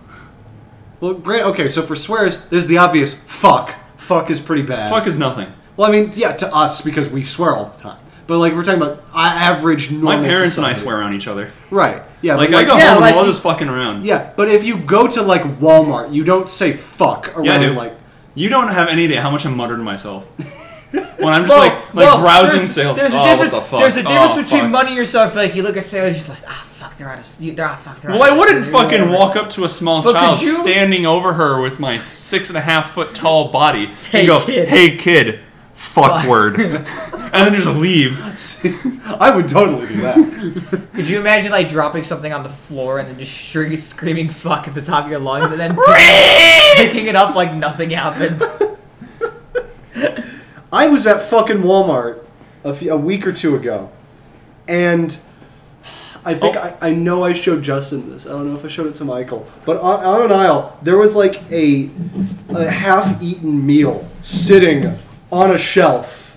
Well, great. Okay, so for swears, there's the obvious fuck. Fuck is pretty bad.
Fuck is nothing.
Well, I mean, yeah, to us because we swear all the time. But like, if we're talking about a- average normal.
My parents and I
society-
swear on each other.
Right. Yeah.
Like,
but
I go
yeah,
home
like,
and we're all just fucking around.
Yeah, but if you go to like Walmart, you don't say fuck around
Yeah, I do.
like.
you don't have any idea how much I mutter to myself when I'm just
Well,
like like
well,
browsing
there's-
sales.
There's a
oh,
difference,
what the fuck?
There's a difference
Oh,
between
fuck.
money yourself. Like you look at sales, you're just like, ah, fuck they're out of. s- you- They're out. Fuck. They're
Well,
out
I
of
wouldn't
s-
fucking walk up to a small
But could
child
you-
standing over her with my six and a half foot tall body
Hey,
and go,
kid.
"Hey, kid, fuck word," and then just leave.
I would totally do that.
Could you imagine like dropping something on the floor and then just shriek, screaming "fuck" at the top of your lungs and then picking it up like nothing happened?
I was at fucking Walmart a, few, a week or two ago, and I think
Oh.
I, I know I showed Justin this. I don't know if I showed it to Michael, but on, on an aisle there was like a a half-eaten meal sitting on a shelf,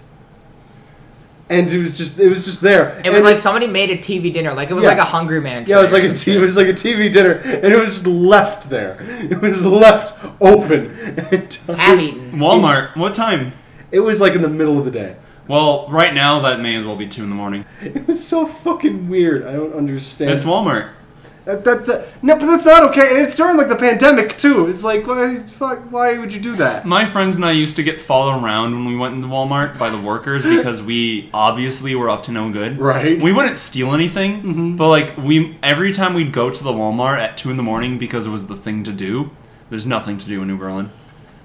and it was just it was just there.
It was
And
like somebody made a TV dinner. Like it was
Yeah.
like a Hungry Man.
Yeah, it was
tray
like a
or
t- it was like a TV dinner, and it was left there. It was left open. And
something. have eaten.
Walmart. What time?
It was like in the middle of the day.
Well, right now that may as well be two in the morning.
It was so fucking weird. I don't understand.
It's Walmart.
That, that, that- no, but that's not okay. And it's during like the pandemic too. It's like why fuck? Why would you do that?
My friends and I used to get followed around when we went into Walmart by the workers because we obviously were up to no good.
Right.
We wouldn't steal anything, but like we every time we'd go to the Walmart at two in the morning because it was the thing to do. There's nothing to do in New Berlin.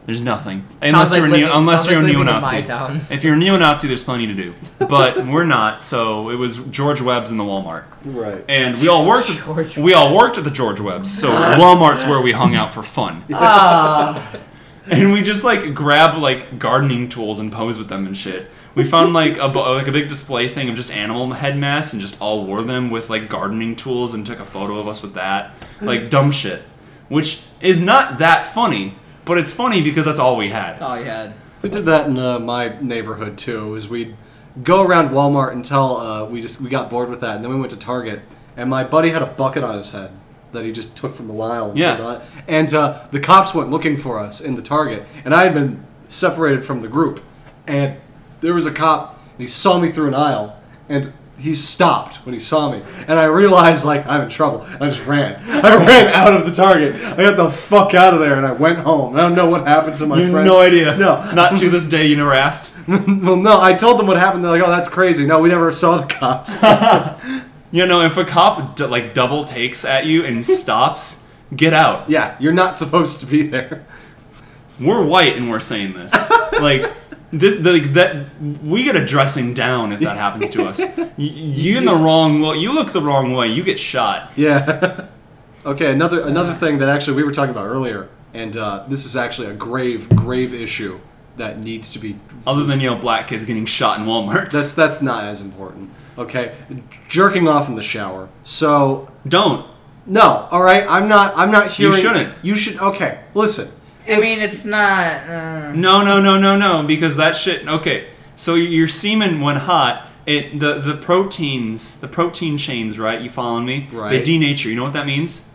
There's nothing unless
like
you're
living-
neo, unless
sounds
you're
like
a
living in my
neo-Nazi.
town.
If you're a neo-Nazi, there's plenty to do, but we're not. So it was George Webb's in the Walmart,
Right.
and we all worked.
George
At, we all worked at the George Webb's, so
Ah.
Walmart's where we hung out for fun. And we just like grab like gardening tools and pose with them and shit. We found like a bo- like a big display thing of just animal head masks and just all wore them with like gardening tools and took a photo of us with that. Like dumb shit, which is not that funny, but it's funny because that's all we had.
all you had.
We did that in uh, my neighborhood too. Is we'd go around Walmart until uh, we just we got bored with that, and then we went to Target. And my buddy had a bucket on his head that he just took from the Lyle. and
Yeah.
put on it. And uh, the cops went looking for us in the Target, and I had been separated from the group. And there was a cop, and he saw me through an aisle, and he stopped when he saw me. And I realized like I'm in trouble. And I just ran. I ran out of the Target. I got the fuck out of there, and I went home. I don't know what happened to my
You have
friends.
no idea.
No,
not to this day. You never asked.
well, no, I told them what happened. They're like, "Oh, that's crazy." No, we never saw the cops.
You know, if a cop d- like double takes at you and stops, get out.
yeah, you're not supposed to be there.
we're white and we're saying this. like this, the, like that we get a dressing down if that happens to us. Y- you in the wrong well, you look the wrong way, you get shot.
Yeah. okay, another another thing that actually we were talking about earlier, and uh, this is actually a grave grave issue that needs to be.
Other than you know, black kids getting shot in Walmart.
That's that's not as important. Okay, jerking off in the shower. So
don't.
no, all right, I'm not I'm not hearing.
shouldn't.
You should. Okay, listen.
I mean, it's not. Uh,
No, no, no, no, no, because that shit. Okay, so your semen when hot, it the the proteins, the protein chains, right? You following me?
Right.
They denature. You know what that means?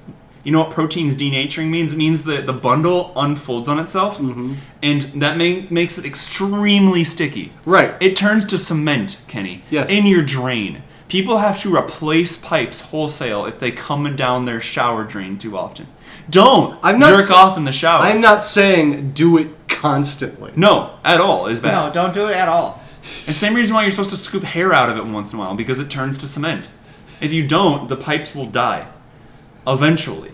You know what proteins denaturing means? It means that the bundle unfolds on itself,
Mm-hmm.
and that may, makes it extremely sticky.
Right.
It turns to cement, Kenny.
Yes.
In your drain. People have to replace pipes wholesale if they come down their shower drain too often. Don't
I'm not
jerk
s-
off in the shower.
I'm not saying do it constantly.
no, at all is best.
no, don't do it at all.
And same reason why you're supposed to scoop hair out of it once in a while because it turns to cement. If you don't, the pipes will die eventually.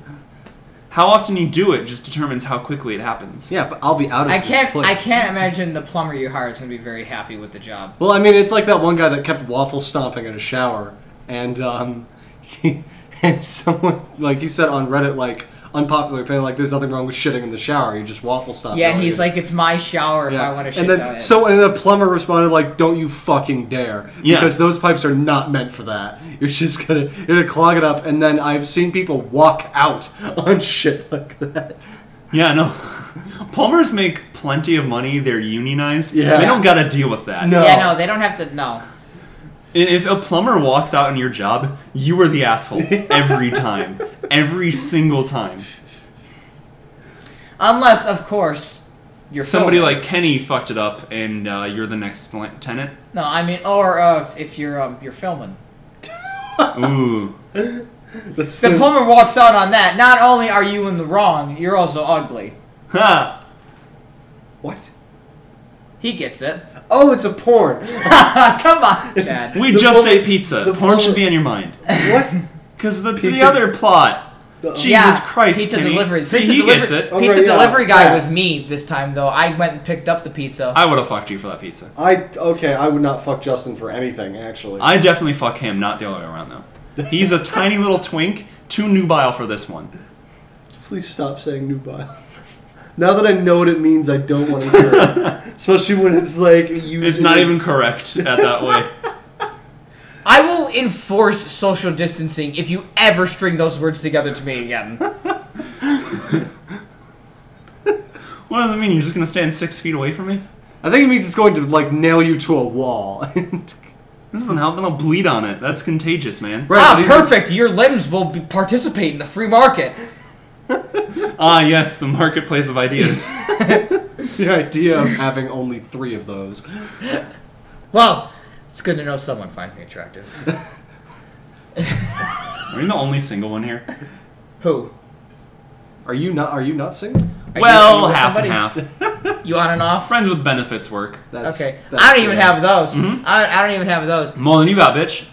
How often you do it just determines how quickly it happens.
Yeah, but I'll be out of
I
this
can't.
place.
I can't imagine the plumber you hire is gonna be very happy with the job.
Well, I mean, it's like that one guy that kept waffle stomping in a shower, and um, he, and someone like he said on Reddit like unpopular opinion like there's nothing wrong with shitting in the shower. You just waffle stomp.
Yeah,
don't
and he's
you?
like, "It's my shower if
Yeah.
I want to shit
and then
down it."
so and the plumber responded like, "Don't you fucking dare!"
Yeah.
Because those pipes are not meant for that. You're just gonna you're gonna clog it up. And then I've seen people walk out on shit like that.
Yeah, no. Plumbers make plenty of money. They're unionized.
Yeah.
They don't got to deal with that.
No.
yeah, no, they don't have to. No,
I- If a plumber walks out on your job, you are the asshole every time. every single time.
unless of course you're
Somebody
filming.
like Kenny fucked it up and uh, you're the next fl- tenant.
No, I mean, or uh, if you're um, you're filming.
Ooh.
That's
The plumber walks out on that. Not only are you in the wrong, you're also ugly.
Ha!
What?
He gets it.
Oh, it's a porn.
Come on, Chad.
We
The
just
plumber-
ate pizza.
the
Porn
plumber-
should be on your mind.
What?
Because that's the
Pizza-
other plot. Jesus
yeah,
Christ,
Pizza
Kenny.
delivery.
See,
pizza
he
delivery,
gets it.
Pizza
Okay, yeah,
delivery guy
yeah.
was me this time though. I went and picked up the pizza.
I would have fucked you for that pizza.
I okay. I would not fuck Justin for anything. Actually,
I definitely fuck him, not the other way around though. He's a tiny little twink, too nubile for this one.
please stop saying nubile. Now that I know what it means, I don't want to hear it. Especially when it's like you.
It's not even correct at that way.
I will enforce social distancing if you ever string those words together to me again.
What does it mean? You're just gonna stand six feet away from me?
I think it means it's going to like nail you to a wall. right.
That doesn't help, and I'll bleed on it. That's contagious, man.
ah,
but he's-
perfect. Your limbs will be participate in the free market.
Ah, yes, the marketplace of ideas.
The idea of having only three of those.
Well, it's good to know someone finds me attractive.
Are you the only single one here?
Who?
Are you not? Are you not single?
Are you- are you
well,
with
half
somebody?
and half.
You on and off?
Friends with benefits work.
That's,
Okay.
that's
I don't even
good.
have those.
Mm-hmm.
I, I don't even have those.
More than you got, bitch.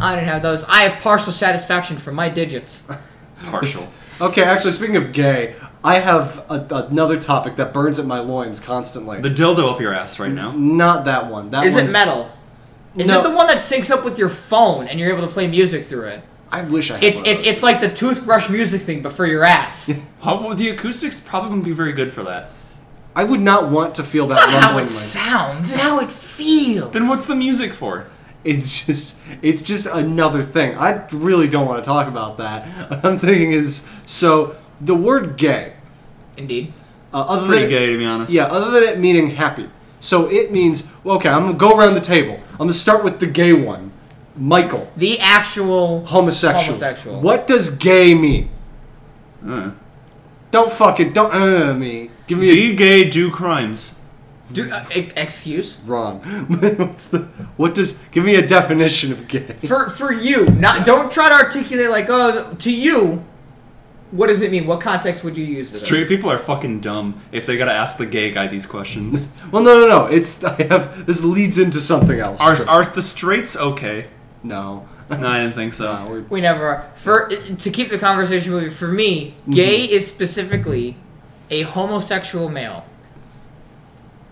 I don't have those. I have partial satisfaction from my digits.
Partial.
Okay, actually, speaking of gay, I have a, another topic that burns at my loins constantly.
The dildo up your ass right now.
not that one. That
Is it
one's-
metal? Is
No.
it the one that syncs up with your phone and you're able to play music through it?
I wish I had.
It's
one of
it's
those.
it's like the toothbrush music thing, but for your ass.
How, well, the acoustics probably wouldn't be very good for that.
I would not want to feel that
Not how
rumbling.
it sounds, how it feels.
Then what's the music for?
it's just it's just another thing. I really don't want to talk about that. What I'm thinking is so the word gay.
Indeed.
Uh, other
Pretty
than,
gay, to be honest.
Yeah, other than it meaning happy. So it means well, okay. I'm gonna go around the table. I'm gonna start with the gay one, Michael.
The actual
Homosexual.
Homosexual.
What does gay mean?
Uh.
Don't fucking don't uh me. Give me a
Be gay, do crimes.
Do, uh, e- excuse
wrong. What's the what does give me a definition of gay?
for for you. Not don't try to articulate like oh to you. What does it mean? What context would you use? It in?
Straight people are fucking dumb if they gotta ask the gay guy these questions.
Well, no, no, no. It's I have this leads into something else.
are, are the straights okay?
no,
No, I didn't think so.
No, we-
We never are. For to keep the conversation moving. For me, gay is specifically a homosexual male.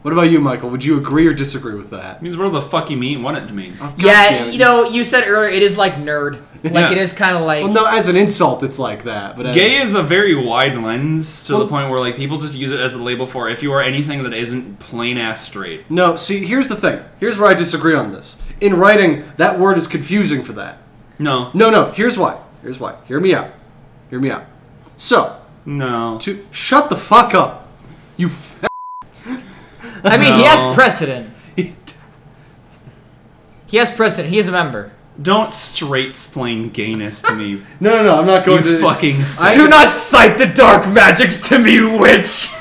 What about you, Michael? Would you agree or disagree with that?
It means whatever the fuck you mean, want it to mean.
God
yeah,
damn it.
you know, you said earlier it is like nerd. Like
Yeah.
it is kind of like
Well, no, as an insult, it's like that. But as,
Gay is a very wide lens to
Well-
the point where like people just use it as a label for if you are anything that isn't plain ass straight.
no. See, here's the thing. Here's where I disagree on this. In writing, that word is confusing for that.
No.
No, no. Here's why. Here's why. Hear me out. Hear me out. So,
No.
to shut the fuck up, you. F-
I mean, he
No.
has precedent. He has precedent. He is a member.
Don't straight splain gayness to me.
No, no, no. I'm not going
You
to
fucking
I,
sick.
Do not cite the dark magics to me, witch.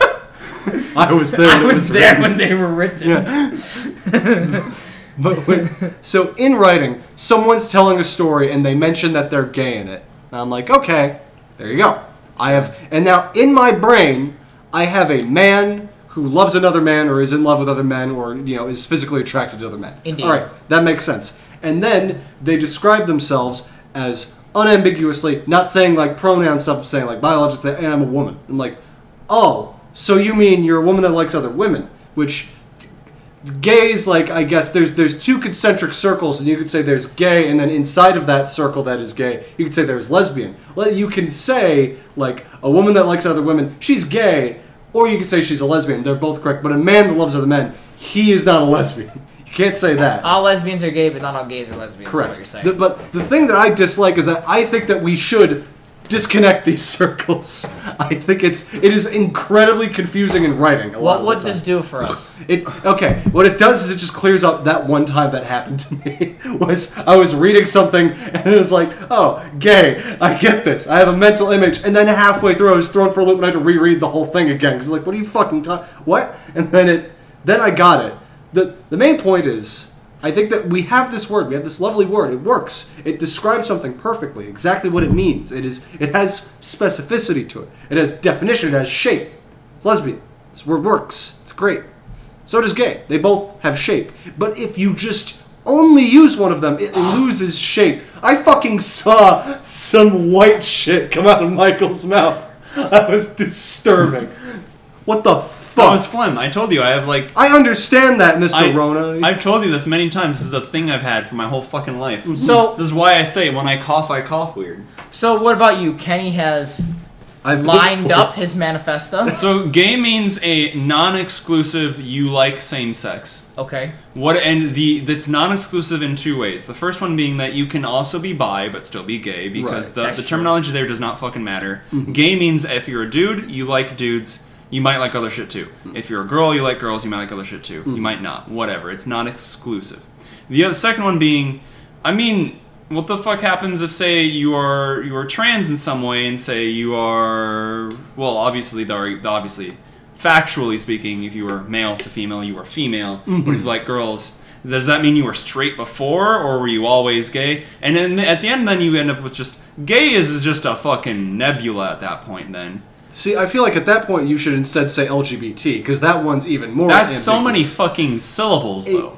I was there.
I
when it
was
written.
there when they were written.
But when, so in writing, someone's telling a story and they mention that they're gay in it. And I'm like, okay, there you go. I have, and now in my brain, I have a man who loves another man or is in love with other men or you know is physically attracted to other men.
Indeed.
All right, that makes sense. And then they describe themselves as unambiguously, not saying like pronoun stuff, saying like biologically, and I'm a woman. I'm like, oh, so you mean you're a woman that likes other women, which gays like i guess there's there's two concentric circles and you could say there's gay and then inside of that circle that is gay you could say there's lesbian well you can say like a woman that likes other women she's gay or you could say she's a lesbian they're both correct but a man that loves other men he is not a lesbian you can't say that
All lesbians are gay, but not all gays are lesbians. Correct. Is what you're
correct
saying.
The- but the thing that i dislike is that i think that we should disconnect these circles i think it's it is incredibly confusing in writing a
what
lot of
would
the time.
this do for us?
It okay. What it does is it just clears up that one time that happened to me. Was I was reading something and it was like, oh, gay. I get this. I have a mental image, and then halfway through, I was thrown for a loop and I had to reread the whole thing again because like, what are you fucking talking? What? And then it, then I got it. the The main point is, I think that we have this word. We have this lovely word. It works. It describes something perfectly. Exactly what it means. It is. It has specificity to it. It has definition. It has shape. It's lesbian. This word works. It's great. So does gay. They both have shape. But if you just only use one of them, it loses shape. I fucking saw some white shit come out of Michael's mouth. That was disturbing. What the
That
fuck?
was phlegm. I told you I have like
I understand that, Mr.
I,
Rona.
I've told you this many times. This is a thing I've had for my whole fucking life.
So-
this is why I say when I cough, I cough weird.
So what about you? Kenny has
I've looked
lined
for
up his manifesto.
So gay means a non-exclusive. You like same sex.
Okay.
What and the that's non-exclusive in two ways. The first one being that you can also be bi but still be gay because
Right,
the,
that's true.
the
Mm-hmm.
terminology there does not fucking matter. Gay means if you're a dude, you like dudes. You might like other shit too.
Mm-hmm.
If you're a girl, you like girls. You might like other shit too. You might not. Whatever. It's not exclusive. The other second one being, I mean, what the fuck happens if say you are you are trans in some way and say you are well obviously there are obviously factually speaking, if you were male to female, you were female. But if you like girls, does that mean you were straight before, or were you always gay? And then at the end, then you end up with just gay is, is just a fucking nebula at that point. Then
See, I feel like at that point you should instead say LGBT because that one's even more.
that's so many
ambiguous.
fucking syllables, though.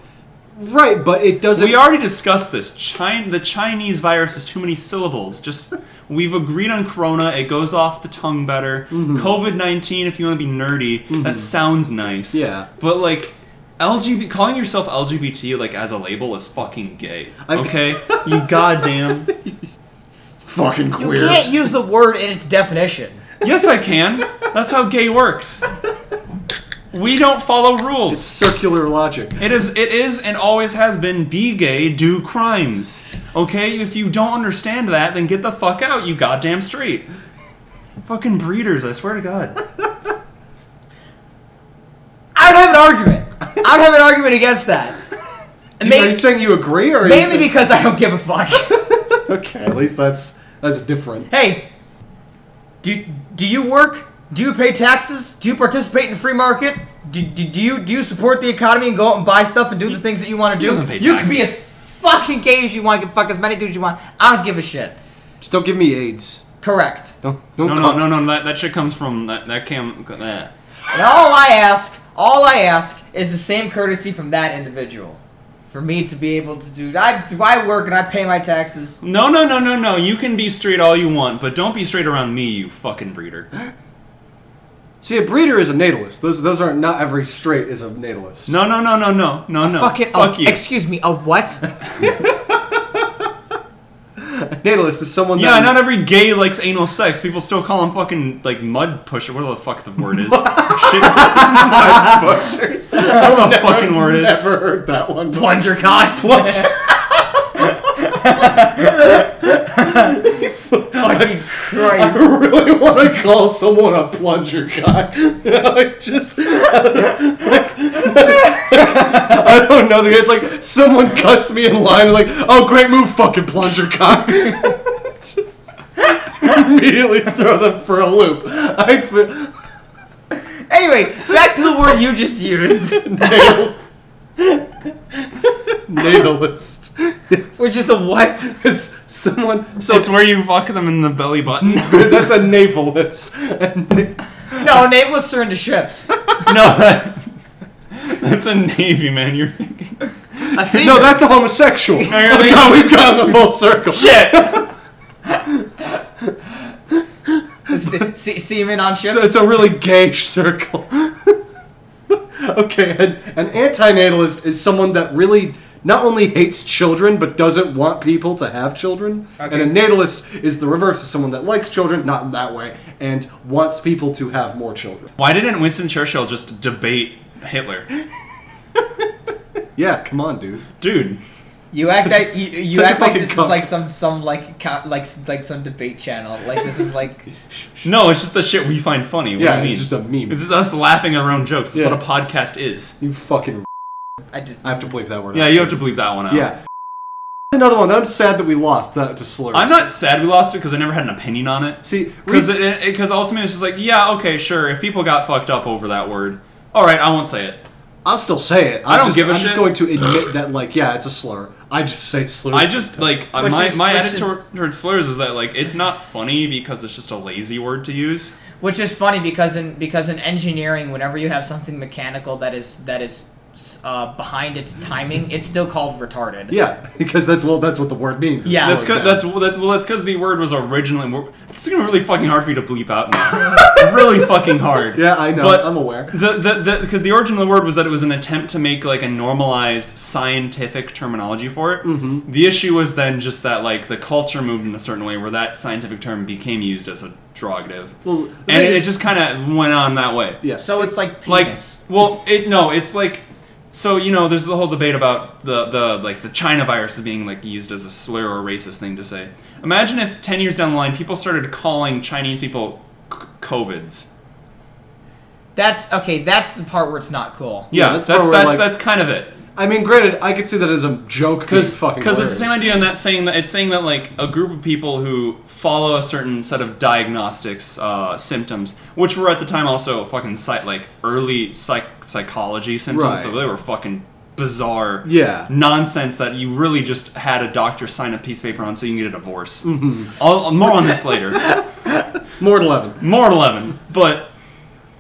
Right, but it doesn't.
we already discussed this. China, the Chinese virus is too many syllables. Just we've agreed on Corona. It goes off the tongue better. COVID nineteen. If you want to be nerdy, that sounds nice.
Yeah.
But like. LGBT, calling yourself LGBT like as a label is fucking gay.
I'm-
okay, you goddamn.
fucking
You can't use the word in its definition.
Yes, I can. That's how gay works. We don't follow rules.
Circular logic.
It is. It is, and always has been. Be gay, do crimes. Okay, if you don't understand that, then get the fuck out, you goddamn straight. Fucking breeders, I swear to God.
I would have an argument. I would have an argument against that.
Do you,
Main-
are you saying you agree or are you
mainly
saying-
because I don't give a fuck.
okay? At least that's that's different.
hey, do do you work? Do you pay taxes? Do you participate in the free market? Do, do, do you do you support the economy and go out and buy stuff and do the things that you want to do?
doesn't pay
you can be as
taxes.
fucking gay as you want. You can fuck as many dudes you want. I don't give a shit.
Just don't give me AIDS.
Correct.
Don't
No,
don't
no,
come-
no, no. That, that shit comes from that. That cam. That.
And all I ask, all I ask, is the same courtesy from that individual. For me to be able to do, I do I work and I pay my taxes.
No, no, no, no, no. You can be straight all you want, but don't be straight around me, you fucking breeder.
See, a breeder is a natalist. Those those aren't not every straight is a natalist.
No, no, no, no, no, no, no.
Fuck it.
Fuck
oh,
you.
Excuse me. A what?
Natalist is someone.
Yeah,
that
not every gay likes anal sex. People still call them fucking like mud pusher. What the fuck the word is? Shit, I
pushers. I
don't know what the fucking word is.
Never heard that one.
Plunger cocks.
I, s- I really want to call someone a plunger cock. like just like- I don't know. It's like someone cuts me in line. Like, oh, great move, fucking plunger cock. Immediately throw them for a loop. I feel
Anyway, back to the word you just used,
natal. Natalist. It's,
which is a what?
it's someone. So
It's where you fuck them in the belly button.
that's a navalist. And-
No, nameless are into ships.
no, that, that's a navy man. You're thinking.
A seaman.
No, that's a homosexual.
you're
Look
like- "Oh,
how we've gotten the full circle.
Shit.
se- se- seaman on ships.
So it's a really gay circle. okay, an, an antinatalist is someone that really not only hates children but doesn't want people to have children.
Okay.
And a natalist is the reverse of someone that likes children, not in that way, and wants people to have more children.
Why didn't Winston Churchill just debate Hitler?
Yeah, come on, dude.
Dude,
you act
such a-
like you, you
such a
act like
fucking
this
cunt.
is like some some like co- like like some debate channel. Like this is like
no, it's just the shit we find funny. What do
yeah,
you
it's
mean?
just a meme.
It's us laughing at our own jokes. That's
Yeah.
what a podcast is.
you fucking.
I just
I have to bleep that word.
Yeah,
out,
you have
too.
to bleep that one out.
Yeah. Another one that I'm sad that we lost that to slurs.
I'm not sad we lost it because I never had an opinion on it.
See,
Because because ultimately it's just like, yeah, okay, sure. If people got fucked up over that word, all right, I won't say it.
I'll still say it. I'm I
don't
just,
give a
I'm just
shit.
going to admit that, like, yeah, it's a slur. I just say slurs.
I just like uh,
Which
my
is-
my
which
attitude
is-
toward- towards slurs is that like it's not funny because it's just a lazy word to use.
Which is funny because in because in engineering, whenever you have something mechanical that is that is uh, behind its timing, it's still called retarded.
Yeah, because that's well, that's what the word means. is
Yeah.
slow
That's
down.
cause, that's well, that, well. That's because the word was originally. mo- It's gonna be really fucking hard for you to bleep out now. really fucking hard.
yeah, I know.
But
I'm aware.
the the because the, origin of the word was that it was an attempt to make like a normalized scientific terminology for it. Mm-hmm. The issue was then just that like the culture moved in a certain way where that scientific term became used as a derogative,
Well, the
and
thing
it,
is-
it just kind of went on that way.
Yeah.
So it's like
Like,
penis.
well, it no, it's like so you know, there's the whole debate about the the like the China virus as being like used as a slur or a racist thing to say. Imagine if ten years down the line, people started calling Chinese people c- covids.
that's okay. That's the part where it's not cool.
Yeah,
Yeah, that's
that's
where
that's
we're
that's,
like-
kind of it.
I mean, granted, I could see that as a joke because
Because
fucking.
because it's the same
hilarious.
idea in that saying that it's saying that like a group of people who follow a certain set of diagnostics uh, symptoms, which were at the time also fucking psych, like early psych- psychology symptoms, so
Right.
they were fucking bizarre,
Yeah.
nonsense that you really just had a doctor sign a piece of paper on so you can get a divorce.
Mm-hmm.
I'll, more on this later
More than eleven.
more than 11 but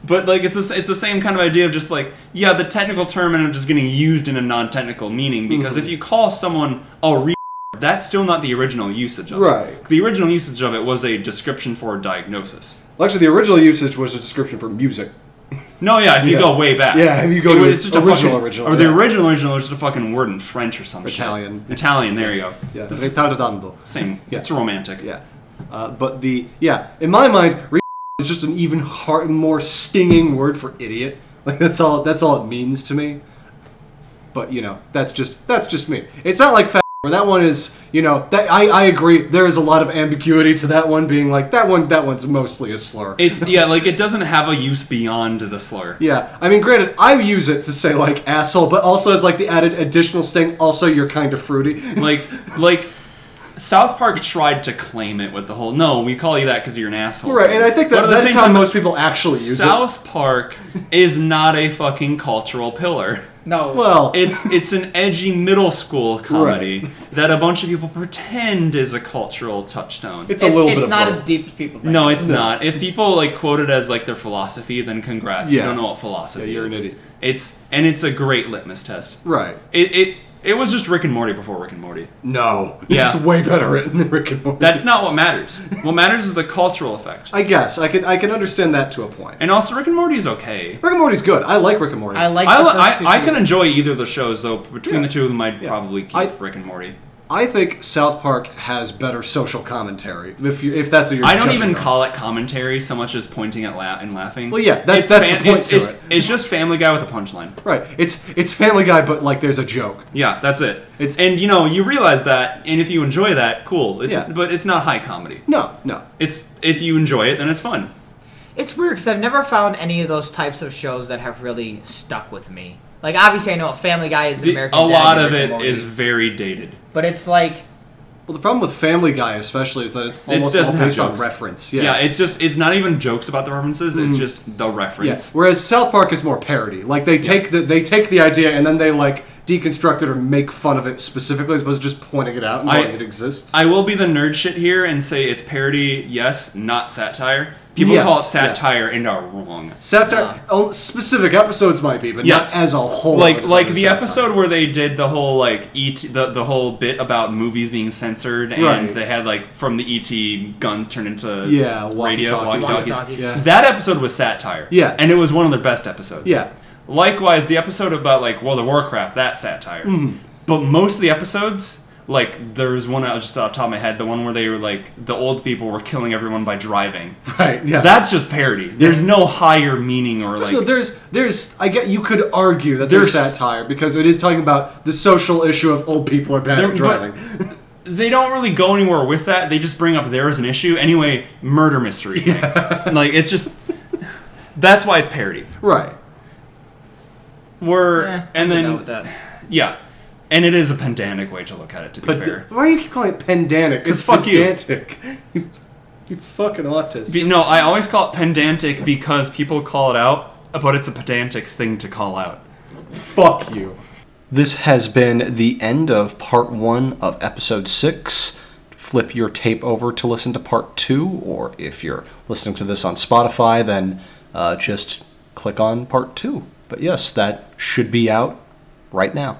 but like it's a, it's the same kind of idea of just like yeah the technical term ended up just getting used in a non-technical meaning because
Mm-hmm.
if you call someone a re that's still not the original usage of
Right.
it the original usage of it was a description for a diagnosis
Well, actually, the original usage was a description for music.
no yeah if you
Yeah.
go way back
Yeah, if you go
It
to
was
its
just a
original,
fucking-
original,
or the
yeah.
original original was just a fucking word in French or some shit.
Italian.
Italian there you go
Yeah,
This is
retardando.
same
Yeah.
it's romantic
Yeah, uh, but the yeah, in my mind, re- is just an even hard, more stinging word for idiot. Like that's all. That's all it means to me. But you know, that's just that's just me. It's not like fat. Where that one is, you know, that I, I agree. There is a lot of ambiguity to that one being like that one. That one's mostly a slur.
it's yeah like it doesn't have a use beyond the slur
Yeah, I mean, granted, I use it to say like asshole, but also as like the added additional sting. Also, you're kind of fruity.
like like South Park tried to claim it with the whole no, we call you that because you're an asshole.
right,
thing."
and I think
But
that
at the
that's
same
how
time,
most people actually use
South Park is not a fucking cultural pillar.
No.
it. Well,
It's it's an edgy middle school comedy that a bunch of people pretend is a cultural touchstone.
it's a little bit of
not
both.
as deep as people think.
no, it's not. If people like quote it as like their philosophy, then congrats.
Yeah.
You don't know what philosophy
Yeah, you're an
is.
idiot.
It's and it's a great litmus test.
right.
It it it was just Rick and Morty before Rick and Morty.
No,
Yeah.
it's way better written than Rick and Morty.
That's not what matters. What matters is the cultural effect.
I guess I can I can understand that to a point.
And also, Rick and Morty is okay.
Rick and Morty's good. I like Rick and Morty.
I like.
I,
the
li-
first two
I, I can
seasons.
enjoy either of the shows, though.
Yeah.
Between the two of them, I'd
Yeah.
probably keep
I-
Rick and Morty.
I think South Park has better social commentary. If you if that's what you're.
I don't
judging
even
on.
call it commentary so much as pointing at la- and laughing.
Well, yeah, that's- that's the point
it's,
to
it's,
it.
it's just Family Guy with a punchline.
Right. It's it's Family Guy, but like there's a joke.
Yeah, that's it.
It's-
and you know you realize that, and if you enjoy that, cool. It's,
Yeah.
But it's not high comedy.
No, no.
It's if you enjoy it, then it's fun.
It's weird because I've never found any of those types of shows that have really stuck with me. Like obviously, I know Family Guy is
The-
the American.
a
Dad
lot
and
of
Rick and
it
Morty.
is very dated.
But it's like
Well, the problem with Family Guy, especially, is that it's almost
doesn't
all
have
based on
jokes.
reference.
Yeah.
Yeah. Mm-hmm.
it's just it's not even jokes about the references. It's just the
Yeah.
reference.
Whereas South Park is more parody. Like they take the they take the idea and then they like deconstruct it or make fun of it specifically, as opposed to just pointing it out and
I-
knowing it exists.
I will be the nerd shit here and say it's parody, yes, not satire. People
Yes,
call it
yeah.
satire and are wrong.
Satire. oh, specific episodes might be, but
Yes.
not as a whole.
Like
episode
like
is
the
satire.
episode where they did the whole like ET the, the whole bit about movies being censored and
Right.
they had like from the ET guns turned into
Yeah, walkie-talkies.
radio walkie
Walkie-talkies.
talkies.
Yeah.
That episode was satire.
Yeah.
And it was one of their best episodes.
Yeah.
Likewise, the episode about like World of Warcraft, that satire.
Mm-hmm.
But most of the episodes, like there was one that was just off the top of my head, the one where they were like the old people were killing everyone by driving.
Right. Yeah.
That's just parody. There's no higher meaning or like.
So there's, there's, I get you could argue that there's,
There's-
satire because it is talking about the social issue of old people are bad
There-
at
but-
driving.
they don't really go anywhere with that. They just bring up there as an issue anyway. Murder mystery. thing. like it's just. That's why it's parody.
right.
We're
eh, I'm
and
done with
then
that.
yeah, and it is a pedantic way to look at it. To be
But
fair.
why do you keep calling it pedantic? It's
fuck you.
pedantic. You. you, fucking autist.
Be- no, I always call it pedantic because people call it out, but it's a pedantic thing to call out.
fuck you.
This has been the end of part one of episode six. Flip your tape over to listen to part two, or if you're listening to this on Spotify, then uh, just click on part two. But yes, that should be out right now.